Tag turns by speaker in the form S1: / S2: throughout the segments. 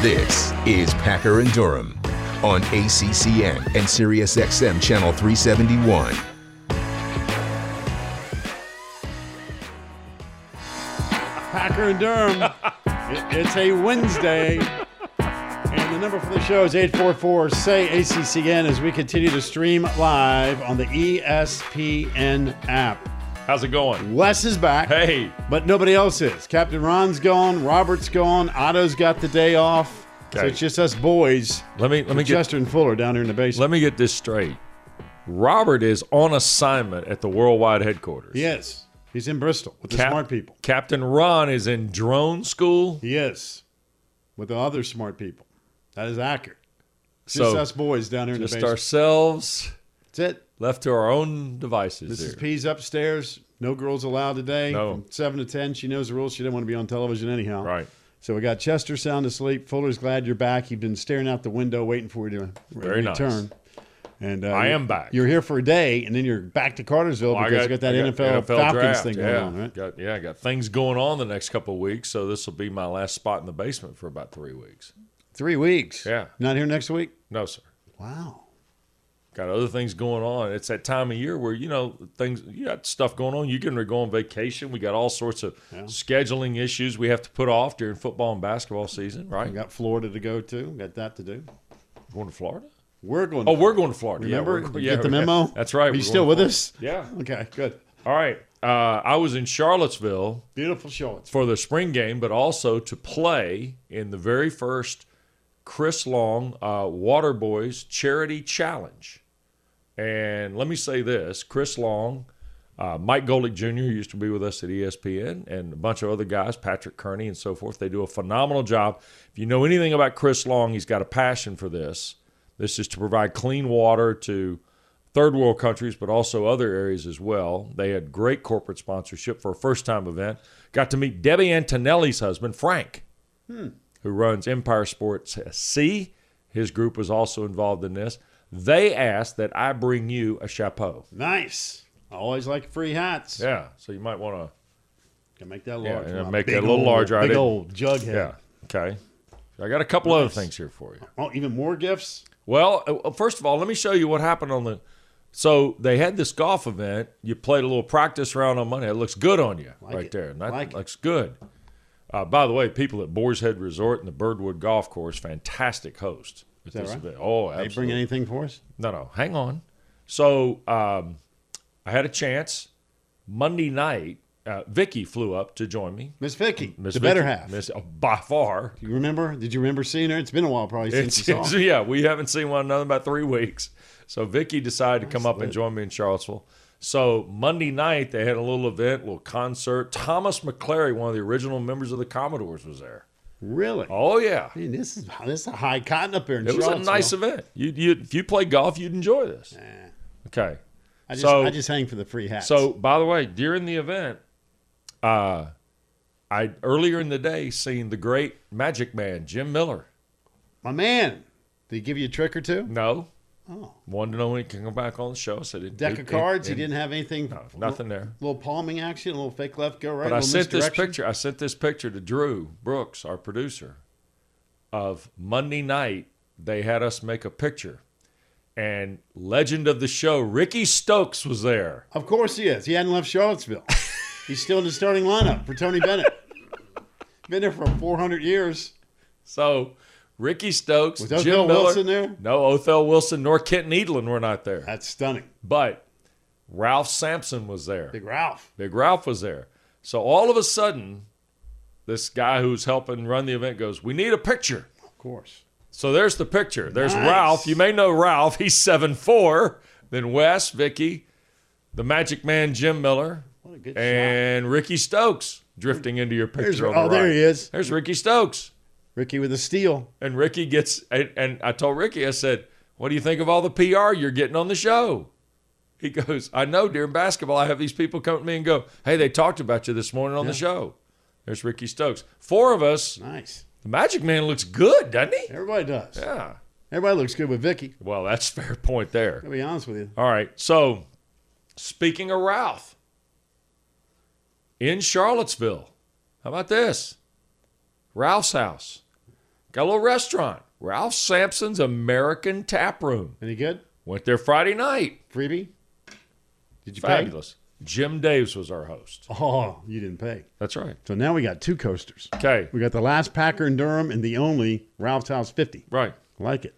S1: This is Packer and Durham on ACCN and SiriusXM Channel 371.
S2: Packer and Durham. It- it's a Wednesday. And the number for the show is 844 say ACCN as we continue to stream live on the E ESPN app.
S3: How's it going?
S2: Wes is back.
S3: Hey.
S2: But nobody else is. Captain Ron's gone. Robert's gone. Otto's got the day off. So
S3: Okay.
S2: it's just us boys.
S3: Let me let me get
S2: Chester and Fuller down here in the basement.
S3: let me get this straight. Robert is on assignment at the worldwide headquarters.
S2: He is. He's in Bristol with the
S3: Cap-
S2: smart people.
S3: Captain Ron is in drone school.
S2: He is with the other smart people. That is accurate. It's
S3: So
S2: just us boys down here in the
S3: just
S2: basement.
S3: ourselves
S2: That's it.
S3: left to our own devices
S2: This is
S3: here.
S2: P's upstairs. No girls allowed today.
S3: No.
S2: From 7 to 10. She knows the rules. She didn't want to be on television anyhow.
S3: Right.
S2: So we got Chester sound asleep. Fuller's glad you're back. He's been staring out the window waiting for you to re-
S3: Very nice.
S2: return. And uh,
S3: I am
S2: you're-
S3: back.
S2: You're here for a day, and then you're back to Cartersville
S3: Well, I
S2: because you got that
S3: I
S2: NFL, Falcons
S3: draft,
S2: thing
S3: yeah.
S2: going on, right?
S3: Got, yeah, I got things going on the next couple of weeks, so this will be my last spot in the basement for about three weeks.
S2: Three weeks.
S3: Yeah.
S2: Not here next week?
S3: No, sir.
S2: Wow.
S3: Got other things going on. It's that time of year where you know things. You got stuff going on. You can go on vacation. We got all sorts of scheduling issues we have to put off during football and basketball season. Right?
S2: We got Florida to go to. We got that to do.
S3: Going to Florida?
S2: We're going.
S3: Oh,
S2: to-
S3: we're going to Florida. Yeah,
S2: Remember?
S3: we're-
S2: You
S3: yeah,
S2: get the
S3: yeah.
S2: memo.
S3: That's right.
S2: Are
S3: we're
S2: you
S3: going
S2: still
S3: to
S2: with
S3: Florida.
S2: us?
S3: Yeah.
S2: Okay. Good.
S3: All right. Uh, I was in Charlottesville
S2: Beautiful show.
S3: for the spring game, but also to play in the very first Chris Long uh, Waterboys Charity Challenge. And let me say this Chris Long, uh, Mike Golick Jr., who used to be with us at E ESPN, and a bunch of other guys, Patrick Kearney and so forth, they do a phenomenal job. If you know anything about Chris Long, he's got a passion for this. This is to provide clean water to third world countries, but also other areas as well. They had great corporate sponsorship for a first time event. Got to meet Debbie Antonelli's husband, Frank, who runs Empire Sports C. His group was also involved in this. They asked that I bring you a chapeau.
S2: Nice. I always like free hats.
S3: Yeah, so you might want
S2: Can make that
S3: Yeah,
S2: larger.
S3: yeah,
S2: My
S3: make that
S2: big
S3: a little
S2: old-
S3: larger. I
S2: Big
S3: didn't-
S2: old jughead.
S3: to. Yeah, okay. I got a couple other things here for you.
S2: Oh, even more gifts.
S3: Well, uh, uh, first of all, let me show you what happened on the. So they had this golf event. You played a little practice round on Monday. It looks good on you right
S2: it.
S3: there. That
S2: Like it.
S3: looks good. Uh, by the way, people at Boar's Head Resort and the Birdwood Golf Course, fantastic hosts at
S2: that
S3: this
S2: right?
S3: event. Oh, absolutely.
S2: They bring anything for us?
S3: No, no, hang on. So um, I had a chance Monday night. Uh, Vicky flew up to join me.
S2: Miss Vicky,
S3: Miss
S2: the better
S3: Vicky-
S2: half.
S3: Miss, oh, by far.
S2: Do you remember? Did you remember seeing her? It's been a while, probably since
S3: It's,
S2: you saw
S3: it's-
S2: her.
S3: yeah, we haven't seen one another in about three weeks. So Vicky decided to come up and join me in Charlottesville. So Monday night they had a little event, a little concert. Thomas McClary, one of the original members of the Commodores, was there.
S2: Really?
S3: Oh yeah,
S2: Man, this is this is a high cotton up here in
S3: it was a
S2: Charlottesville.
S3: nice event. You, you, if you play golf, you'd enjoy this.
S2: Eh,
S3: Okay.
S2: I just,
S3: So-
S2: I just hang for the free hats.
S3: So by the way, during the event, uh, I earlier in the day seen the great Magic Man Jim Miller.
S2: my man, did he give you a trick or two?
S3: No,
S2: Oh,
S3: wanted to know when he can come back on the show. I said
S2: deck of cards. he didn't have anything.
S3: nothing there.
S2: Little palming action, a little fake left, go right.
S3: But
S2: a
S3: I
S2: little
S3: sent this
S2: misdirection.
S3: picture. I sent this picture to Drew Brooks, our producer, of Monday night. They had us make a picture, and legend of the show Ricky Stokes was there.
S2: Of course he is. He hadn't left Charlottesville. He's still in the starting lineup for Tony Bennett. Been there for 400 years.
S3: So Ricky Stokes,
S2: Was
S3: Jim
S2: Othell
S3: Miller,
S2: Wilson there?
S3: No, Othell Wilson nor Kenton Eadlin were not there.
S2: That's stunning.
S3: But Ralph Sampson was there.
S2: Big Ralph.
S3: Big Ralph was there. So all of a sudden, this guy who's helping run the event goes, "We need a picture."
S2: Of course.
S3: So there's the picture. There's
S2: Nice.
S3: Ralph. You may know Ralph. He's seven four. Then Wes, Vicky, the Magic Man Jim Miller,
S2: What a good shot.
S3: and Ricky Stokes drifting into your picture.
S2: There's,
S3: on the
S2: oh, there
S3: right.
S2: he is.
S3: There's Ricky Stokes.
S2: Ricky with a steal.
S3: And Ricky gets, and, and I told Ricky, I said, What do you think of all the PR you're getting on the show? He goes, I know during basketball, I have these people come to me and go, Hey, they talked about you this morning on the show. There's Ricky Stokes. Four of us.
S2: Nice.
S3: The Magic Man looks good, doesn't he?
S2: Everybody does.
S3: Yeah.
S2: Everybody looks good with Vicky.
S3: Well, that's a fair point there.
S2: To be honest with you,
S3: All right. So, speaking of Ralph, in Charlottesville. How about this? Ralph's house. Got a little restaurant. Ralph Sampson's American Tap Room.
S2: Any good?
S3: Went there Friday night.
S2: Freebie? Did you
S3: Fabulous. Jim Daves was our host.
S2: pay? Oh, you didn't pay.
S3: That's right.
S2: So now we got two coasters.
S3: Okay.
S2: We got the last Packer in Durham and the only Ralph's House 50.
S3: Right.
S2: Like it.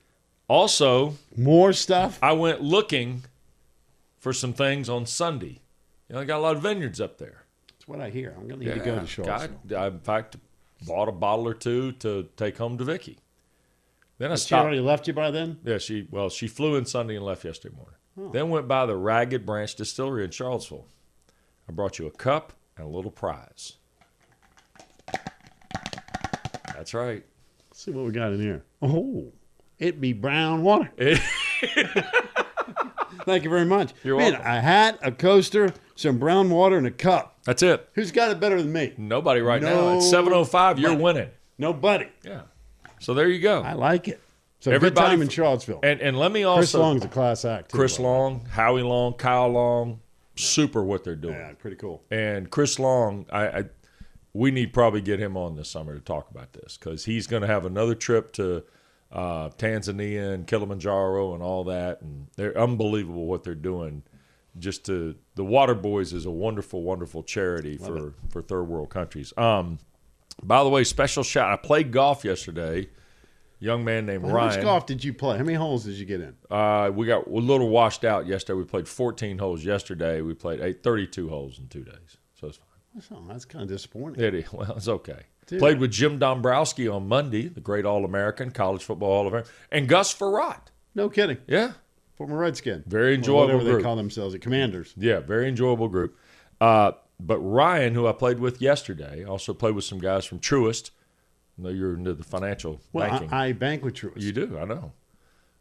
S3: Also,
S2: More stuff.
S3: I went looking for some things on Sunday. You know, I got a lot of vineyards up there.
S2: That's what I hear. I'm going to need to go to Charlottesville.
S3: God, I, in fact, bought a bottle or two to take home to Vicky. Then I
S2: She
S3: stopped.
S2: already left you by then?
S3: Yeah, she well, she flew in Sunday and left yesterday morning. Then went by the Ragged Branch Distillery in Charlottesville. I brought you a cup and a little prize. That's right.
S2: Let's see what we got in here. Oh, it be brown water.
S3: It-
S2: Thank you very much.
S3: You're
S2: Man,
S3: welcome.
S2: a hat, a coaster, some brown water, and a cup.
S3: That's it.
S2: Who's got it better than me?
S3: Nobody right now. It's
S2: No
S3: 7:05. You're
S2: way.
S3: winning.
S2: Nobody.
S3: Yeah. So there you
S2: I
S3: go.
S2: like it. So
S3: Everybody
S2: good time in
S3: f-
S2: Charlottesville.
S3: And and let me
S2: Chris
S3: also
S2: Long's a class act. too,
S3: Chris
S2: by the way.
S3: Long, Howie Long, Kyle Long, super what they're doing.
S2: Yeah, pretty cool.
S3: And Chris Long, I, I we need probably get him on this summer to talk about this because he's going to have another trip to uh, Tanzania and Kilimanjaro and all that, and they're unbelievable what they're doing. Just to the Water Boys is a wonderful, wonderful charity for for third world countries. Um, by the way, special shout. I played golf yesterday. Young man named
S2: How much
S3: Ryan.
S2: golf did you play? How many holes did you get in?
S3: Uh, we got a little washed out yesterday. We played 14 holes yesterday. We played eight, 32 holes in two days. So it's fine.
S2: Oh, that's kind of disappointing.
S3: It is. Well, it's okay.
S2: Dude.
S3: Played with Jim Dombrowski on Monday, the great All American, college football All American, and Gus Farrat.
S2: No kidding.
S3: Yeah.
S2: Former Redskin.
S3: Very
S2: Or
S3: enjoyable
S2: Whatever
S3: group.
S2: they call themselves, the Commanders.
S3: Yeah. Very enjoyable group. Uh, but Ryan, who I played with yesterday, also played with some guys from Truist. I know you're into the financial
S2: Well,
S3: banking.
S2: I, I bank with Truist.
S3: You do, I know.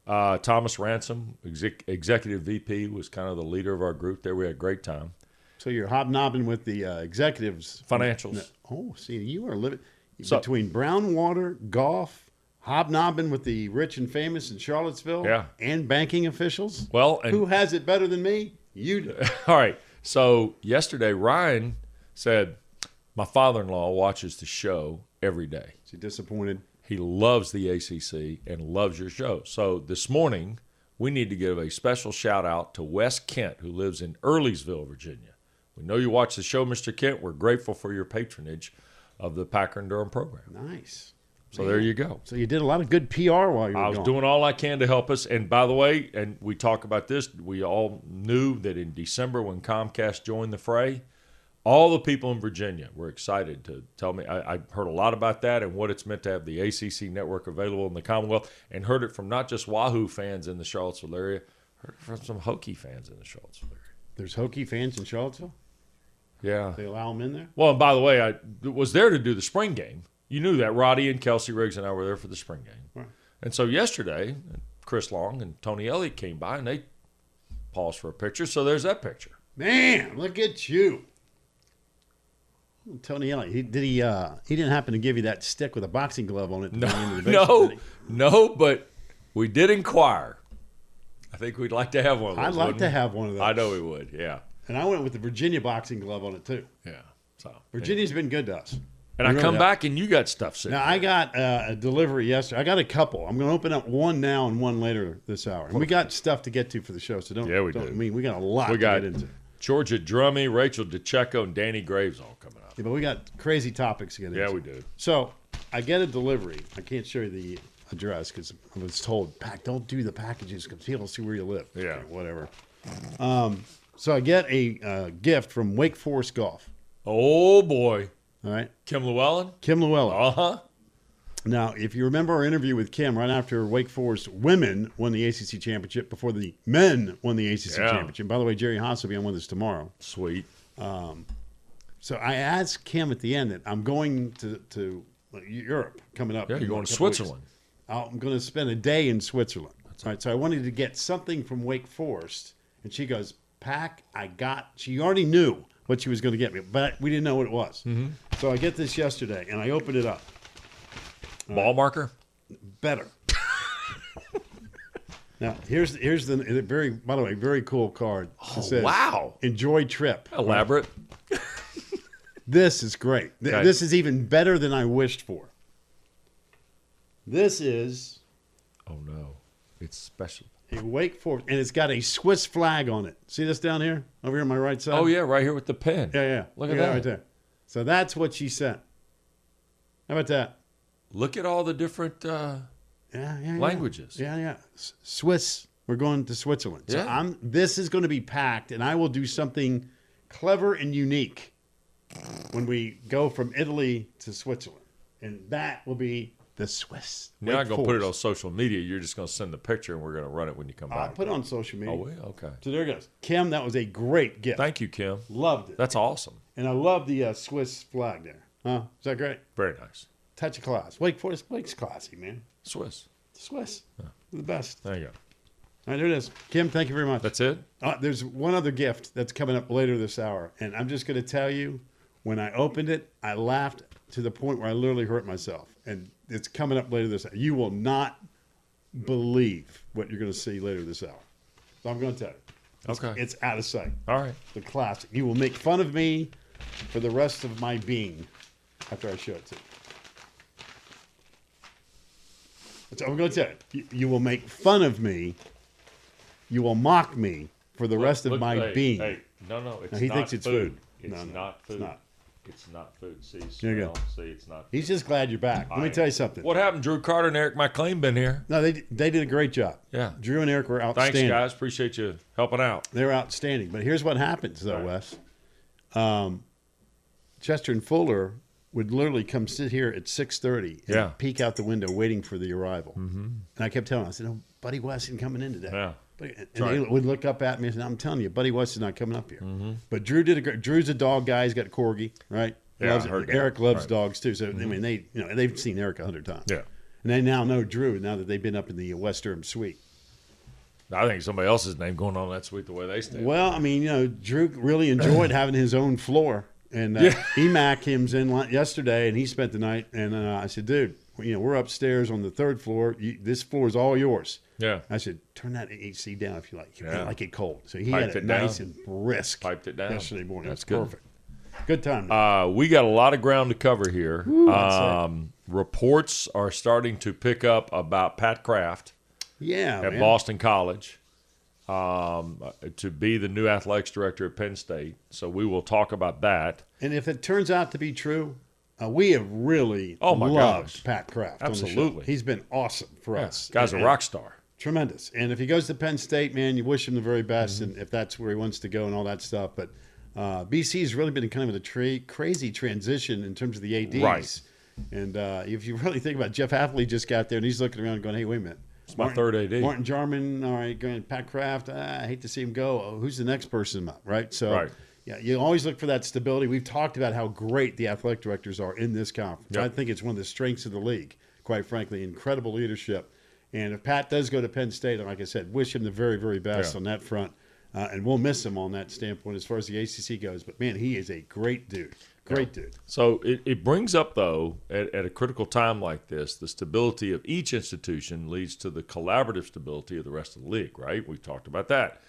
S3: Uh, Thomas Ransom, exec- executive VP, was kind of the leader of our group there. We had a great time.
S2: so you're hobnobbing with the uh, executives.
S3: Financials.
S2: Oh, see, you are living
S3: So-
S2: between brown water, golf, hobnobbing with the rich and famous in Charlottesville,
S3: Yeah.
S2: and banking officials.
S3: Well, and
S2: Who has it better than me? You do.
S3: all right. So yesterday, Ryan said, "My father-in-law watches the show every day.
S2: She disappointed.
S3: He loves the ACC and loves your show." So this morning, we need to give a special shout out to Wes Kent, who lives in Earliesville, Virginia. We know you watch the show, Mr. Kent. We're grateful for your patronage of the Packer and Durham program.
S2: Nice.
S3: So there you go.
S2: So you did a lot of good PR while you were
S3: I was
S2: gone.
S3: doing all I can to help us. And by the way, and we talk about this, we all knew that in December when Comcast joined the fray, all the people in Virginia were excited to tell me. I, I heard a lot about that and what it's meant to have the ACC network available in the Commonwealth, and heard it from not just Wahoo fans in the Charlottesville area, heard it from some Hokie fans in the Charlottesville area.
S2: There's Hokie fans in Charlottesville.
S3: Yeah.
S2: They allow them in there.
S3: Well, and by the way, I was there to do the spring game. You knew that Roddy and Kelsey Riggs and I were there for the spring game. And so yesterday, Chris Long and Tony Elliott came by and they paused for a picture. So there's that picture.
S2: Man, look at you. Tony Elliott, he, did he? Uh, he didn't happen to give you that stick with a boxing glove on it. No,
S3: No, no, but we did inquire. I think we'd like to have one of those.
S2: I'd like
S3: wouldn't
S2: to
S3: we?
S2: have one of those.
S3: I know we would. Yeah,
S2: And I went with the Virginia boxing glove on it too.
S3: yeah. So
S2: Virginia's been good to us.
S3: and
S2: They
S3: I
S2: really
S3: come
S2: have.
S3: back and you got stuff sitting.
S2: Now I got uh, a delivery yesterday. I got a couple. I'm going to open up one now and one later this hour. And we got stuff to get to for the show, so don't.
S3: Yeah, we
S2: don't,
S3: do.
S2: I mean, we got a lot
S3: we
S2: to
S3: got
S2: get into.
S3: Georgia Drummy, Rachel DeCheco, and Danny Graves all coming up.
S2: Yeah, but we got crazy topics to get
S3: Yeah,
S2: into.
S3: we do.
S2: So I get a delivery. I can't show you the address because I was told, "Pack, don't do the packages because he'll see where you live."
S3: Yeah.
S2: Okay, whatever. Um, so I get a uh, gift from Wake Forest Golf.
S3: Oh boy,
S2: All right,
S3: Kim Llewellyn.
S2: Kim Llewellyn.
S3: Uh huh.
S2: Now, if you remember our interview with Kim right after Wake Forest women won the ACC championship before the men won the ACC
S3: Yeah.
S2: championship. By the way, Jerry Haas will be on with us tomorrow.
S3: Sweet.
S2: So I asked Kim at the end that I'm going to, to Europe coming up.
S3: Yeah,
S2: in
S3: you're
S2: a
S3: going to
S2: couple weeks.
S3: Switzerland.
S2: I'm going to spend a day in Switzerland. All right, so I wanted to get something from Wake Forest, and she goes, "Pack, I got." She already knew what she was going to get me, but we didn't know what it was.
S3: Mm-hmm.
S2: So I get this yesterday, and I open it up.
S3: Ball marker.
S2: better. now here's here's the the very by
S3: Oh,
S2: the way very cool card. It says,
S3: wow.
S2: Enjoy trip.
S3: Elaborate.
S2: This is great. Th-
S3: Okay.
S2: This is even better than I wished for. This is
S3: Oh no, it's special.
S2: a Wake Forest, and it's got a Swiss flag on it. See this down here, over here on my right side.
S3: Oh yeah, right here with the pen.
S2: yeah, yeah.
S3: Look at that.
S2: right there. So that's what she sent. How about that?
S3: Look at all the different. Uh,
S2: Yeah, yeah, yeah.
S3: Languages.
S2: Yeah, yeah. S- Swiss. We're going to Switzerland. So
S3: Yeah.
S2: I'm. This is going to be packed, and I will do something clever and unique when we go from Italy to Switzerland, and that will be the Swiss.
S3: you're not
S2: Wake
S3: gonna put it on
S2: Forest.
S3: social media. You're just gonna send the picture, and we're gonna run it when you come
S2: I'll
S3: back.
S2: put it on social
S3: oh,
S2: media.
S3: we? okay.
S2: so there it goes, Kim. That was a great gift.
S3: Thank you, Kim.
S2: Loved it,
S3: That's awesome.
S2: and I love the uh, Swiss flag there. Huh? Is that great?
S3: Very nice.
S2: Touch of class. Wake Forest. Wake's classy, man.
S3: Swiss.
S2: Swiss, the best.
S3: There you go.
S2: All right, there it is. Kim, thank you very much.
S3: That's it.
S2: Uh, there's one other gift that's coming up later this hour, and I'm just going to tell you, when I opened it, I laughed to the point where I literally hurt myself, and it's coming up later this hour. You will not believe what you're going to see later this hour. So I'm going to tell you. It's-
S3: Okay.
S2: It's out of sight.
S3: All right.
S2: The classic. You will make fun of me for the rest of my being after I show it to you. So I'm going to tell you. You, you will make fun of me. You will mock me for the rest of
S3: Look,
S2: my
S3: hey,
S2: being.
S3: Hey, no, no, it's
S2: No, he
S3: not
S2: thinks it's food.
S3: It's
S2: No, no,
S3: not
S2: it's
S3: food.
S2: not.
S3: It's not food. See,
S2: There you go.
S3: smell. See, it's not.
S2: He's just glad you're back. Let me tell you something.
S3: What happened, Drew Carter and Eric McLean? Been here.
S2: No, they they did a great job.
S3: Yeah.
S2: Drew and Eric were
S3: Thanks,
S2: outstanding.
S3: guys. Appreciate you helping out.
S2: They're outstanding. But here's what happens, though,
S3: Right.
S2: Wes. Um, Chester and Fuller would literally come sit here at 6.30 and
S3: Yeah. Mm-hmm.
S2: peek out the window waiting for the arrival. And I kept telling them, I said, oh, Buddy West isn't coming in today.
S3: Yeah.
S2: Buddy- And
S3: right. Mm-hmm.
S2: they would look up at me and said, I'm telling you, Buddy West is not coming up here. But Drew did a great, Drew's a dog guy. He's got Corgi, right? He
S3: Yeah,
S2: loves
S3: I
S2: it.
S3: heard that.
S2: Eric loves
S3: Right. Mm-hmm.
S2: dogs too. So, I mean, they, you know, they've seen Eric a hundred times.
S3: Yeah.
S2: And they now know Drew now that they've been up in the West Durham suite.
S3: I think somebody else's name going on that suite the way they stand.
S2: Well, I mean, you know, Drew really enjoyed having his own floor, and uh,
S3: Yeah.
S2: Emac him's in li- yesterday, and he spent the night. And uh, I said, "Dude, you know, we're upstairs on the third floor. You, this floor is all yours."
S3: Yeah.
S2: I said, "Turn that AC down if you like. You
S3: Yeah.
S2: like it cold." So he
S3: Piped
S2: had it
S3: it down.
S2: nice and brisk.
S3: Piped it down.
S2: yesterday morning.
S3: That's
S2: It
S3: good.
S2: was Perfect. Good time.
S3: Uh, we got a lot of ground to cover here.
S2: that's it.
S3: um, reports are starting to pick up about Pat Kraft
S2: yeah,
S3: at
S2: Oh, man.
S3: Boston College um, to be the new athletics director at Penn State. So we will talk about that.
S2: And if it turns out to be true, uh, we have really
S3: Oh, my
S2: loved
S3: gosh.
S2: Pat Kraft. on the show.
S3: Absolutely.
S2: he's been awesome for us.
S3: Guy's a
S2: And-
S3: rock star.
S2: tremendous. And if he goes to Penn State, man, you wish him the very best, and if that's where he wants to go and all that stuff. But uh, BC's really been kind of in a tra- crazy transition in terms of the ads.
S3: Right.
S2: And uh, if you really think about it, Jeff Hafley just got there and he's looking around going, "Hey, wait a minute." It's
S3: my third AD.
S2: Martin Jarman, all right, going Pat Kraft. Ah, I hate to see him go. Oh, who's the next person up? Right. So
S3: Right.
S2: yeah, you always look for that stability. We've talked about how great the athletic directors are in this conference.
S3: Yep.
S2: I think it's one of the strengths of the league, quite frankly. Incredible leadership. And if Pat does go to Penn State, like I said, wish him the very, very best
S3: Yeah.
S2: on that front. Uh, and we'll miss him on that standpoint as far as the ACC goes. But man, he is a great dude. Great dude.
S3: So it, it brings up, though, at, at a critical time like this, the stability of each institution leads to the collaborative stability of the rest of the league, right? We've talked about that.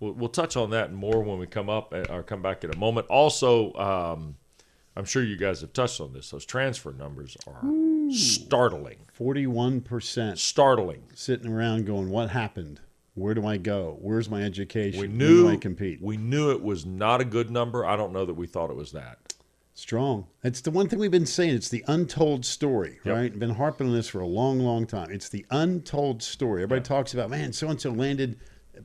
S3: We'll, we'll touch on that more when we come up uh, or come back in a moment. Also, um, I'm sure you guys have touched on this. Those transfer numbers are
S2: Hmm.
S3: startling,
S2: 41%
S3: startling.
S2: sitting around going, What happened? Where do I go? Where's my education?
S3: We
S2: Where do
S3: knew
S2: I compete?
S3: we knew it was not a good number. I don't know that we thought it was that.
S2: Strong. That's the one thing we've been saying. It's the untold story,
S3: Yep.
S2: right? Been harping on this for a long, long time. It's the untold story. Everybody talks about, man, so and so landed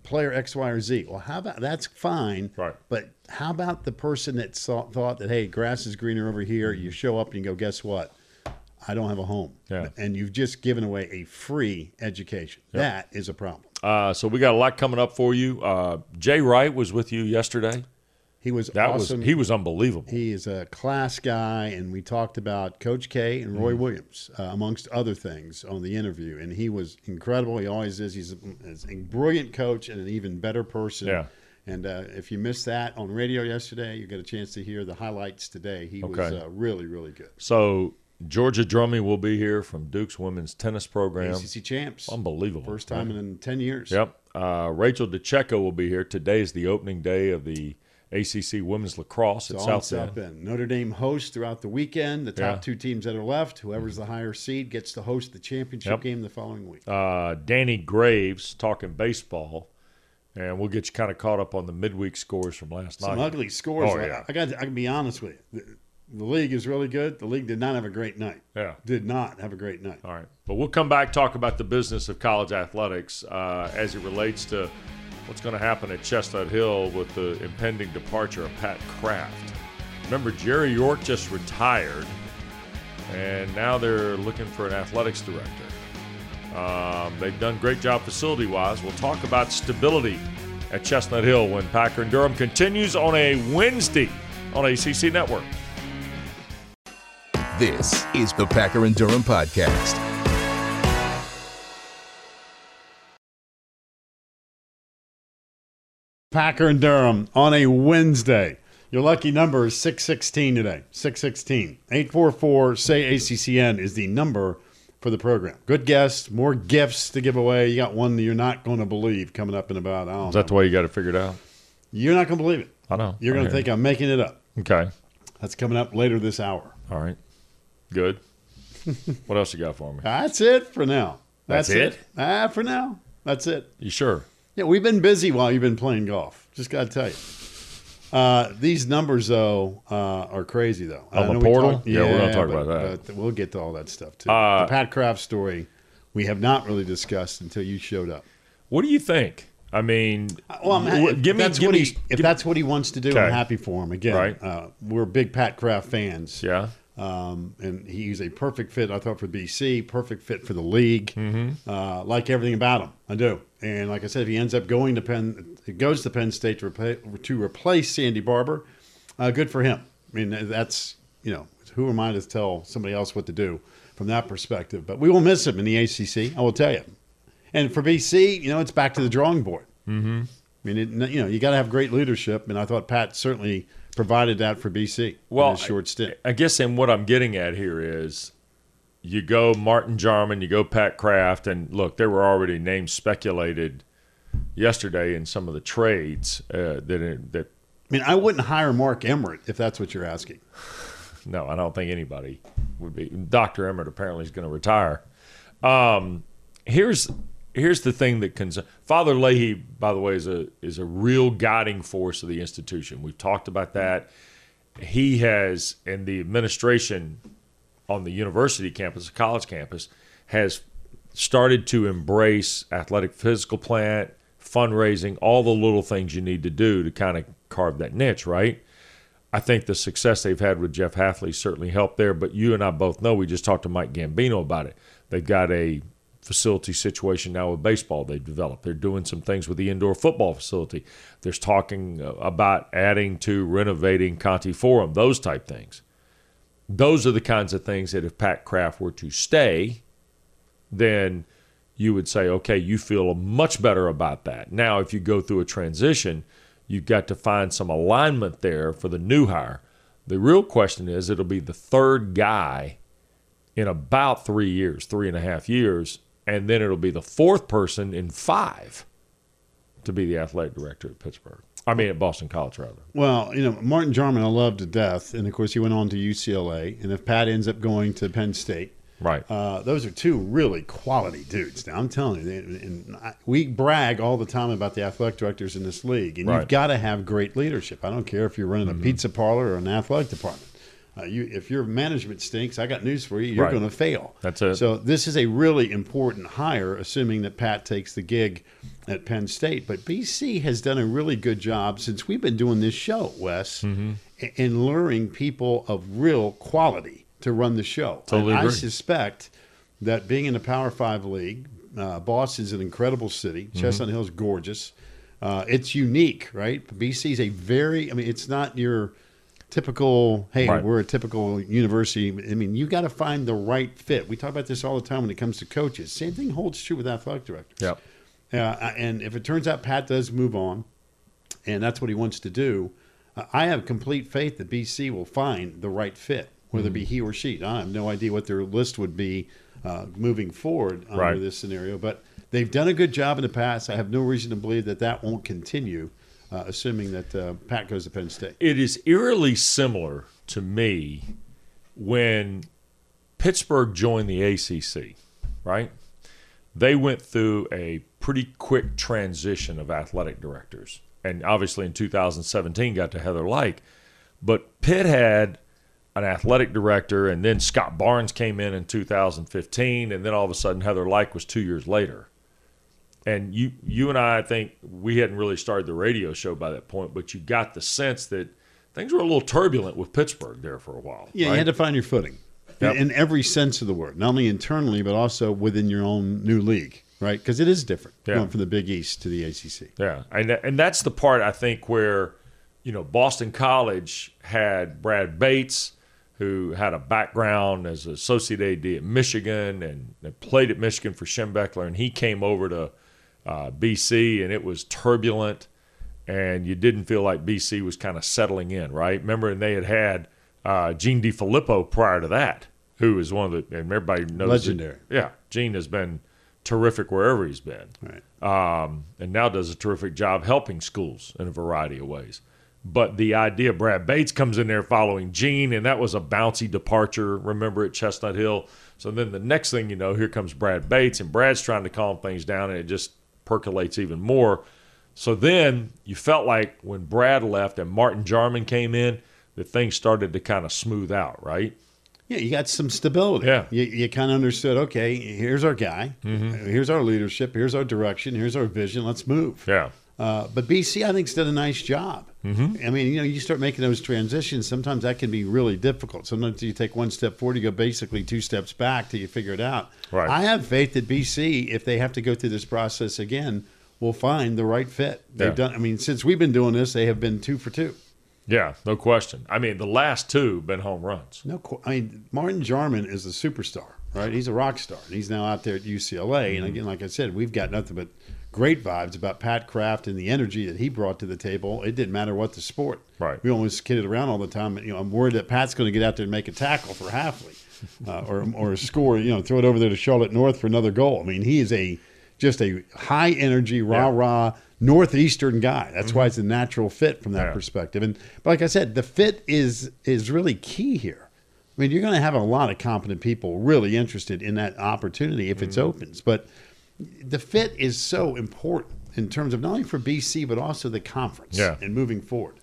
S2: player X, Y, or Z. Well, how about that's fine,
S3: Right.
S2: But how about the person that saw, thought that, hey, grass is greener over here? You show up and you go, guess what? I don't have a home,
S3: Mm-hmm. Yeah.
S2: and you've just given away a free education. That is a problem.
S3: Uh, so we got a lot coming up for you. Uh, Jay Wright was with you yesterday.
S2: He was
S3: That
S2: awesome.
S3: was he was unbelievable.
S2: He is a class guy, and we talked about Coach K and
S3: Mm-hmm.
S2: Roy Williams, uh, amongst other things, on the interview. And he was incredible. He always is. He's a, is a brilliant coach and an even better person.
S3: Yeah.
S2: And uh, if you missed that on radio yesterday, you get a chance to hear the highlights today. He was
S3: Okay.
S2: uh, really, really good.
S3: So Georgia Drummy will be here from Duke's women's tennis program.
S2: ACC champs,
S3: Unbelievable.
S2: first time in ten years.
S3: Yep. Uh, Rachel DeCheco will be here. Today is the opening day of the ACC women's lacrosse at
S2: All
S3: South,
S2: in South
S3: Bend.
S2: Bend. Notre Dame hosts throughout the weekend. The top
S3: Yeah. Mm-hmm.
S2: two teams that are left, whoever's the higher seed, gets to host the championship
S3: Yep.
S2: game the following week.
S3: Uh, Danny Graves talking baseball, and we'll get you kind of caught up on the midweek scores from last
S2: Some
S3: night.
S2: ugly scores.
S3: Oh,
S2: I-
S3: yeah.
S2: I got. I can be honest with you. The, the league is really good. The league did not have a great night.
S3: Yeah.
S2: Did not have a great night.
S3: All right. But we'll come back, talk about the business of college athletics uh, as it relates to what's going to happen at Chestnut Hill with the impending departure of Pat Kraft. Remember, Jerry York just retired, and now they're looking for an athletics director. Um, they've done great job facility wise. We'll talk about stability at Chestnut Hill when Packer and Durham continues on a Wednesday on ACC Network.
S1: This is the Packer and Durham Podcast.
S2: Packer and Durham on a Wednesday. Your lucky number is 616 today. 616. 844 say ACCN is the number for the program. Good guess, more gifts to give away. You got one that you're not going to believe coming up in about, I don't
S3: Is that
S2: know.
S3: the way you got it figured out?
S2: You're not going to believe it.
S3: I know.
S2: You're going to think I'm making it up.
S3: Okay.
S2: That's coming up later this hour.
S3: All right. Good. what else you got for me?
S2: That's it for now.
S3: That's it?
S2: Ah, for now. That's it.
S3: You sure?
S2: Yeah, we've been busy while you've been playing golf. Just got to tell you. Uh, these numbers, though, uh, are crazy, though. I
S3: On the
S2: know we
S3: portal?
S2: talked-
S3: Yeah, we're gonna talk
S2: but-
S3: about that.
S2: But we'll get to all that stuff, too.
S3: Uh,
S2: the Pat Kraft story, we have not really discussed until you showed up.
S3: What do you think? I mean,
S2: Well, I'm,
S3: w-
S2: if
S3: give me,
S2: that's
S3: give
S2: what
S3: me,
S2: he, if
S3: give-
S2: that's what he wants to do, I'm
S3: Okay.
S2: happy for him. Again,
S3: Right.
S2: uh, we're big Pat Kraft fans.
S3: yeah.
S2: Um, and he's a perfect fit, I thought, for BC, perfect fit for the league. Uh, like everything about him, I do. And like I said, if he ends up going to Penn, he goes to Penn State to, repla to replace Sandy Barber, uh, good for him. I mean, that's, you know, who am I to tell somebody else what to do from that perspective? But we will miss him in the ACC, I will tell you. And for BC, you know, it's back to the drawing board. I mean, it, you know, you got to have great leadership. And I thought Pat certainly provided that for BC
S3: Well,
S2: in his short stint.
S3: I guess, and what I'm getting at here is, you go Martin Jarman, you go Pat Kraft, and look, there were already names speculated yesterday in some of the trades uh, that that
S2: I mean, I wouldn't hire Mark Emmert if that's what you're asking.
S3: No, I don't think anybody would be. Dr. Emmert apparently is going to retire. Um, here's here's the thing that concerns Father Leahy. By the way, is a is a real guiding force of the institution. We've talked about that. He has, and the administration on the university campus, the college campus, has started to embrace athletic physical plant, fundraising, all the little things you need to do to kind of carve that niche, right? I think the success they've had with Jeff Hathley certainly helped there, but you and I both know we just talked to Mike Gambino about it. They've got a facility situation now with baseball they've developed. They're doing some things with the indoor football facility. There's talking uh, about adding to renovating Conti Forum, those type things. Those are the kinds of things that if Pat Kraft were to stay, then you would say, okay, you feel much better about that. Now, if you go through a transition, you've got to find some alignment there for the new hire. The real question is, it'll be the third guy in about three years, three and a half years, and then it'll be the fourth person in five to be the athletic director at Pittsburgh. I mean, at Boston College, rather.
S2: Well, you know, Martin Jarman I love to death. And of course, he went on to UCLA. And if Pat ends up going to Penn State,
S3: Right.
S2: uh, those are two really quality dudes. Now, I'm telling you, and- and I- we brag all the time about the athletic directors in this league. And
S3: Right. Mm-hmm.
S2: you've got to have great leadership. I don't care if you're running a pizza parlor or an athletic department. Uh, you, if your management stinks, I got news for you. You're
S3: Right.
S2: going to fail.
S3: That's it.
S2: So this is a really important hire, assuming that Pat takes the gig at Penn State. But BC has done a really good job since we've been doing this show, Wes,
S3: Mm-hmm.
S2: i- in luring people of real quality to run the show.
S3: Totally
S2: And I
S3: agree.
S2: suspect that being in a Power Five league, uh, Boston's an incredible city. Chestnut Hill's gorgeous. Uh, it's unique, right? BC's a very, I mean, it's not your typical, hey,
S3: Right.
S2: we're a typical university. I mean, you got to find the right fit. We talk about this all the time when it comes to coaches. Same thing holds true with athletic directors.
S3: Yep.
S2: Uh, and if it turns out Pat does move on, and that's what he wants to do, uh, I have complete faith that BC will find the right fit, whether it be he or she. I have no idea what their list would be uh, moving forward under
S3: Right.
S2: this scenario, but they've done a good job in the past. I have no reason to believe that that won't continue uh, assuming that uh, Pat goes to Penn State.
S3: It is eerily similar to me when Pittsburgh joined the ACC, right? They went through a pretty quick transition of athletic directors. And obviously in 2017 got to Heather Like, but Pitt had an athletic director and then Scott Barnes came in in 2015 and then all of a sudden Heather Like was 2 years later and you you and I, I think we hadn't really started the radio show by that point, but you got the sense that things were a little turbulent with Pittsburgh there for a while.
S2: Yeah,
S3: right?
S2: you had to find your footing
S3: Yep.
S2: in, in every sense of the word, not only internally but also within your own new league, right? Because it is different
S3: Yeah.
S2: going from the Big East to the ACC.
S3: yeah, and tha- and that's the part I think where you know Boston College had Brad Bates, who had a background as an associate AD at Michigan and, and played at Michigan for Shem Beckler, and he came over to uh, BC, and it was turbulent. and you didn't feel like BC was kind of settling in, right? Remember, and they had had uh, Gene DiFilippo prior to that, who is one of the and everybody knows that-
S2: Legendary.
S3: yeah, Gene has been terrific wherever he's been, right? Um, and now does a terrific job helping schools in a variety of ways. But the idea, Brad Bates comes in there following Gene, and that was a bouncy departure. Remember at Chestnut Hill. So then the next thing you know, here comes Brad Bates, and Brad's trying to calm things down, and it just percolates even more. So then you felt like when Brad left and Martin Jarman came in, that things started to kind of smooth out, right?
S2: Yeah, you got some stability.
S3: Yeah. Mm-hmm.
S2: You, you kind of understood, okay, here's our guy. Here's our leadership. Here's our direction. Here's our vision. Let's move.
S3: Yeah.
S2: Uh, but BC, I think, has done a nice job.
S3: Mm-hmm.
S2: I mean, you know, you start making those transitions. Sometimes that can be really difficult. Sometimes you take one step forward, you go basically two steps back till you figure it out.
S3: Right.
S2: I have faith that BC, if they have to go through this process again, will find the right fit. They've
S3: Yeah.
S2: done. I mean, since we've been doing this, they have been two for two.
S3: Yeah, no question. I mean, the last two have been home runs.
S2: No, qu- I mean Martin Jarman is a superstar, right? He's a rock star, and he's now out there at UCLA. And again, like I said, we've got nothing but great vibes about Pat Kraft and the energy that he brought to the table. It didn't matter what the sport,
S3: Right.
S2: We almost kidded around all the time. You know, I'm worried that Pat's going to get out there and make a tackle for Halfley, uh, or or score, you know, throw it over there to Charlotte North for another goal. I mean, he is a just a high energy, rah
S3: Yeah.
S2: rah northeastern guy. That's why it's a natural fit from that
S3: Yeah.
S2: perspective. And but like I said, the fit is is really key here. I mean, you're going to have a lot of competent people really interested in that opportunity if
S3: Mm-hmm.
S2: it's opens. But the fit is so important in terms of not only for BC but also the conference
S3: Yeah.
S2: and moving forward.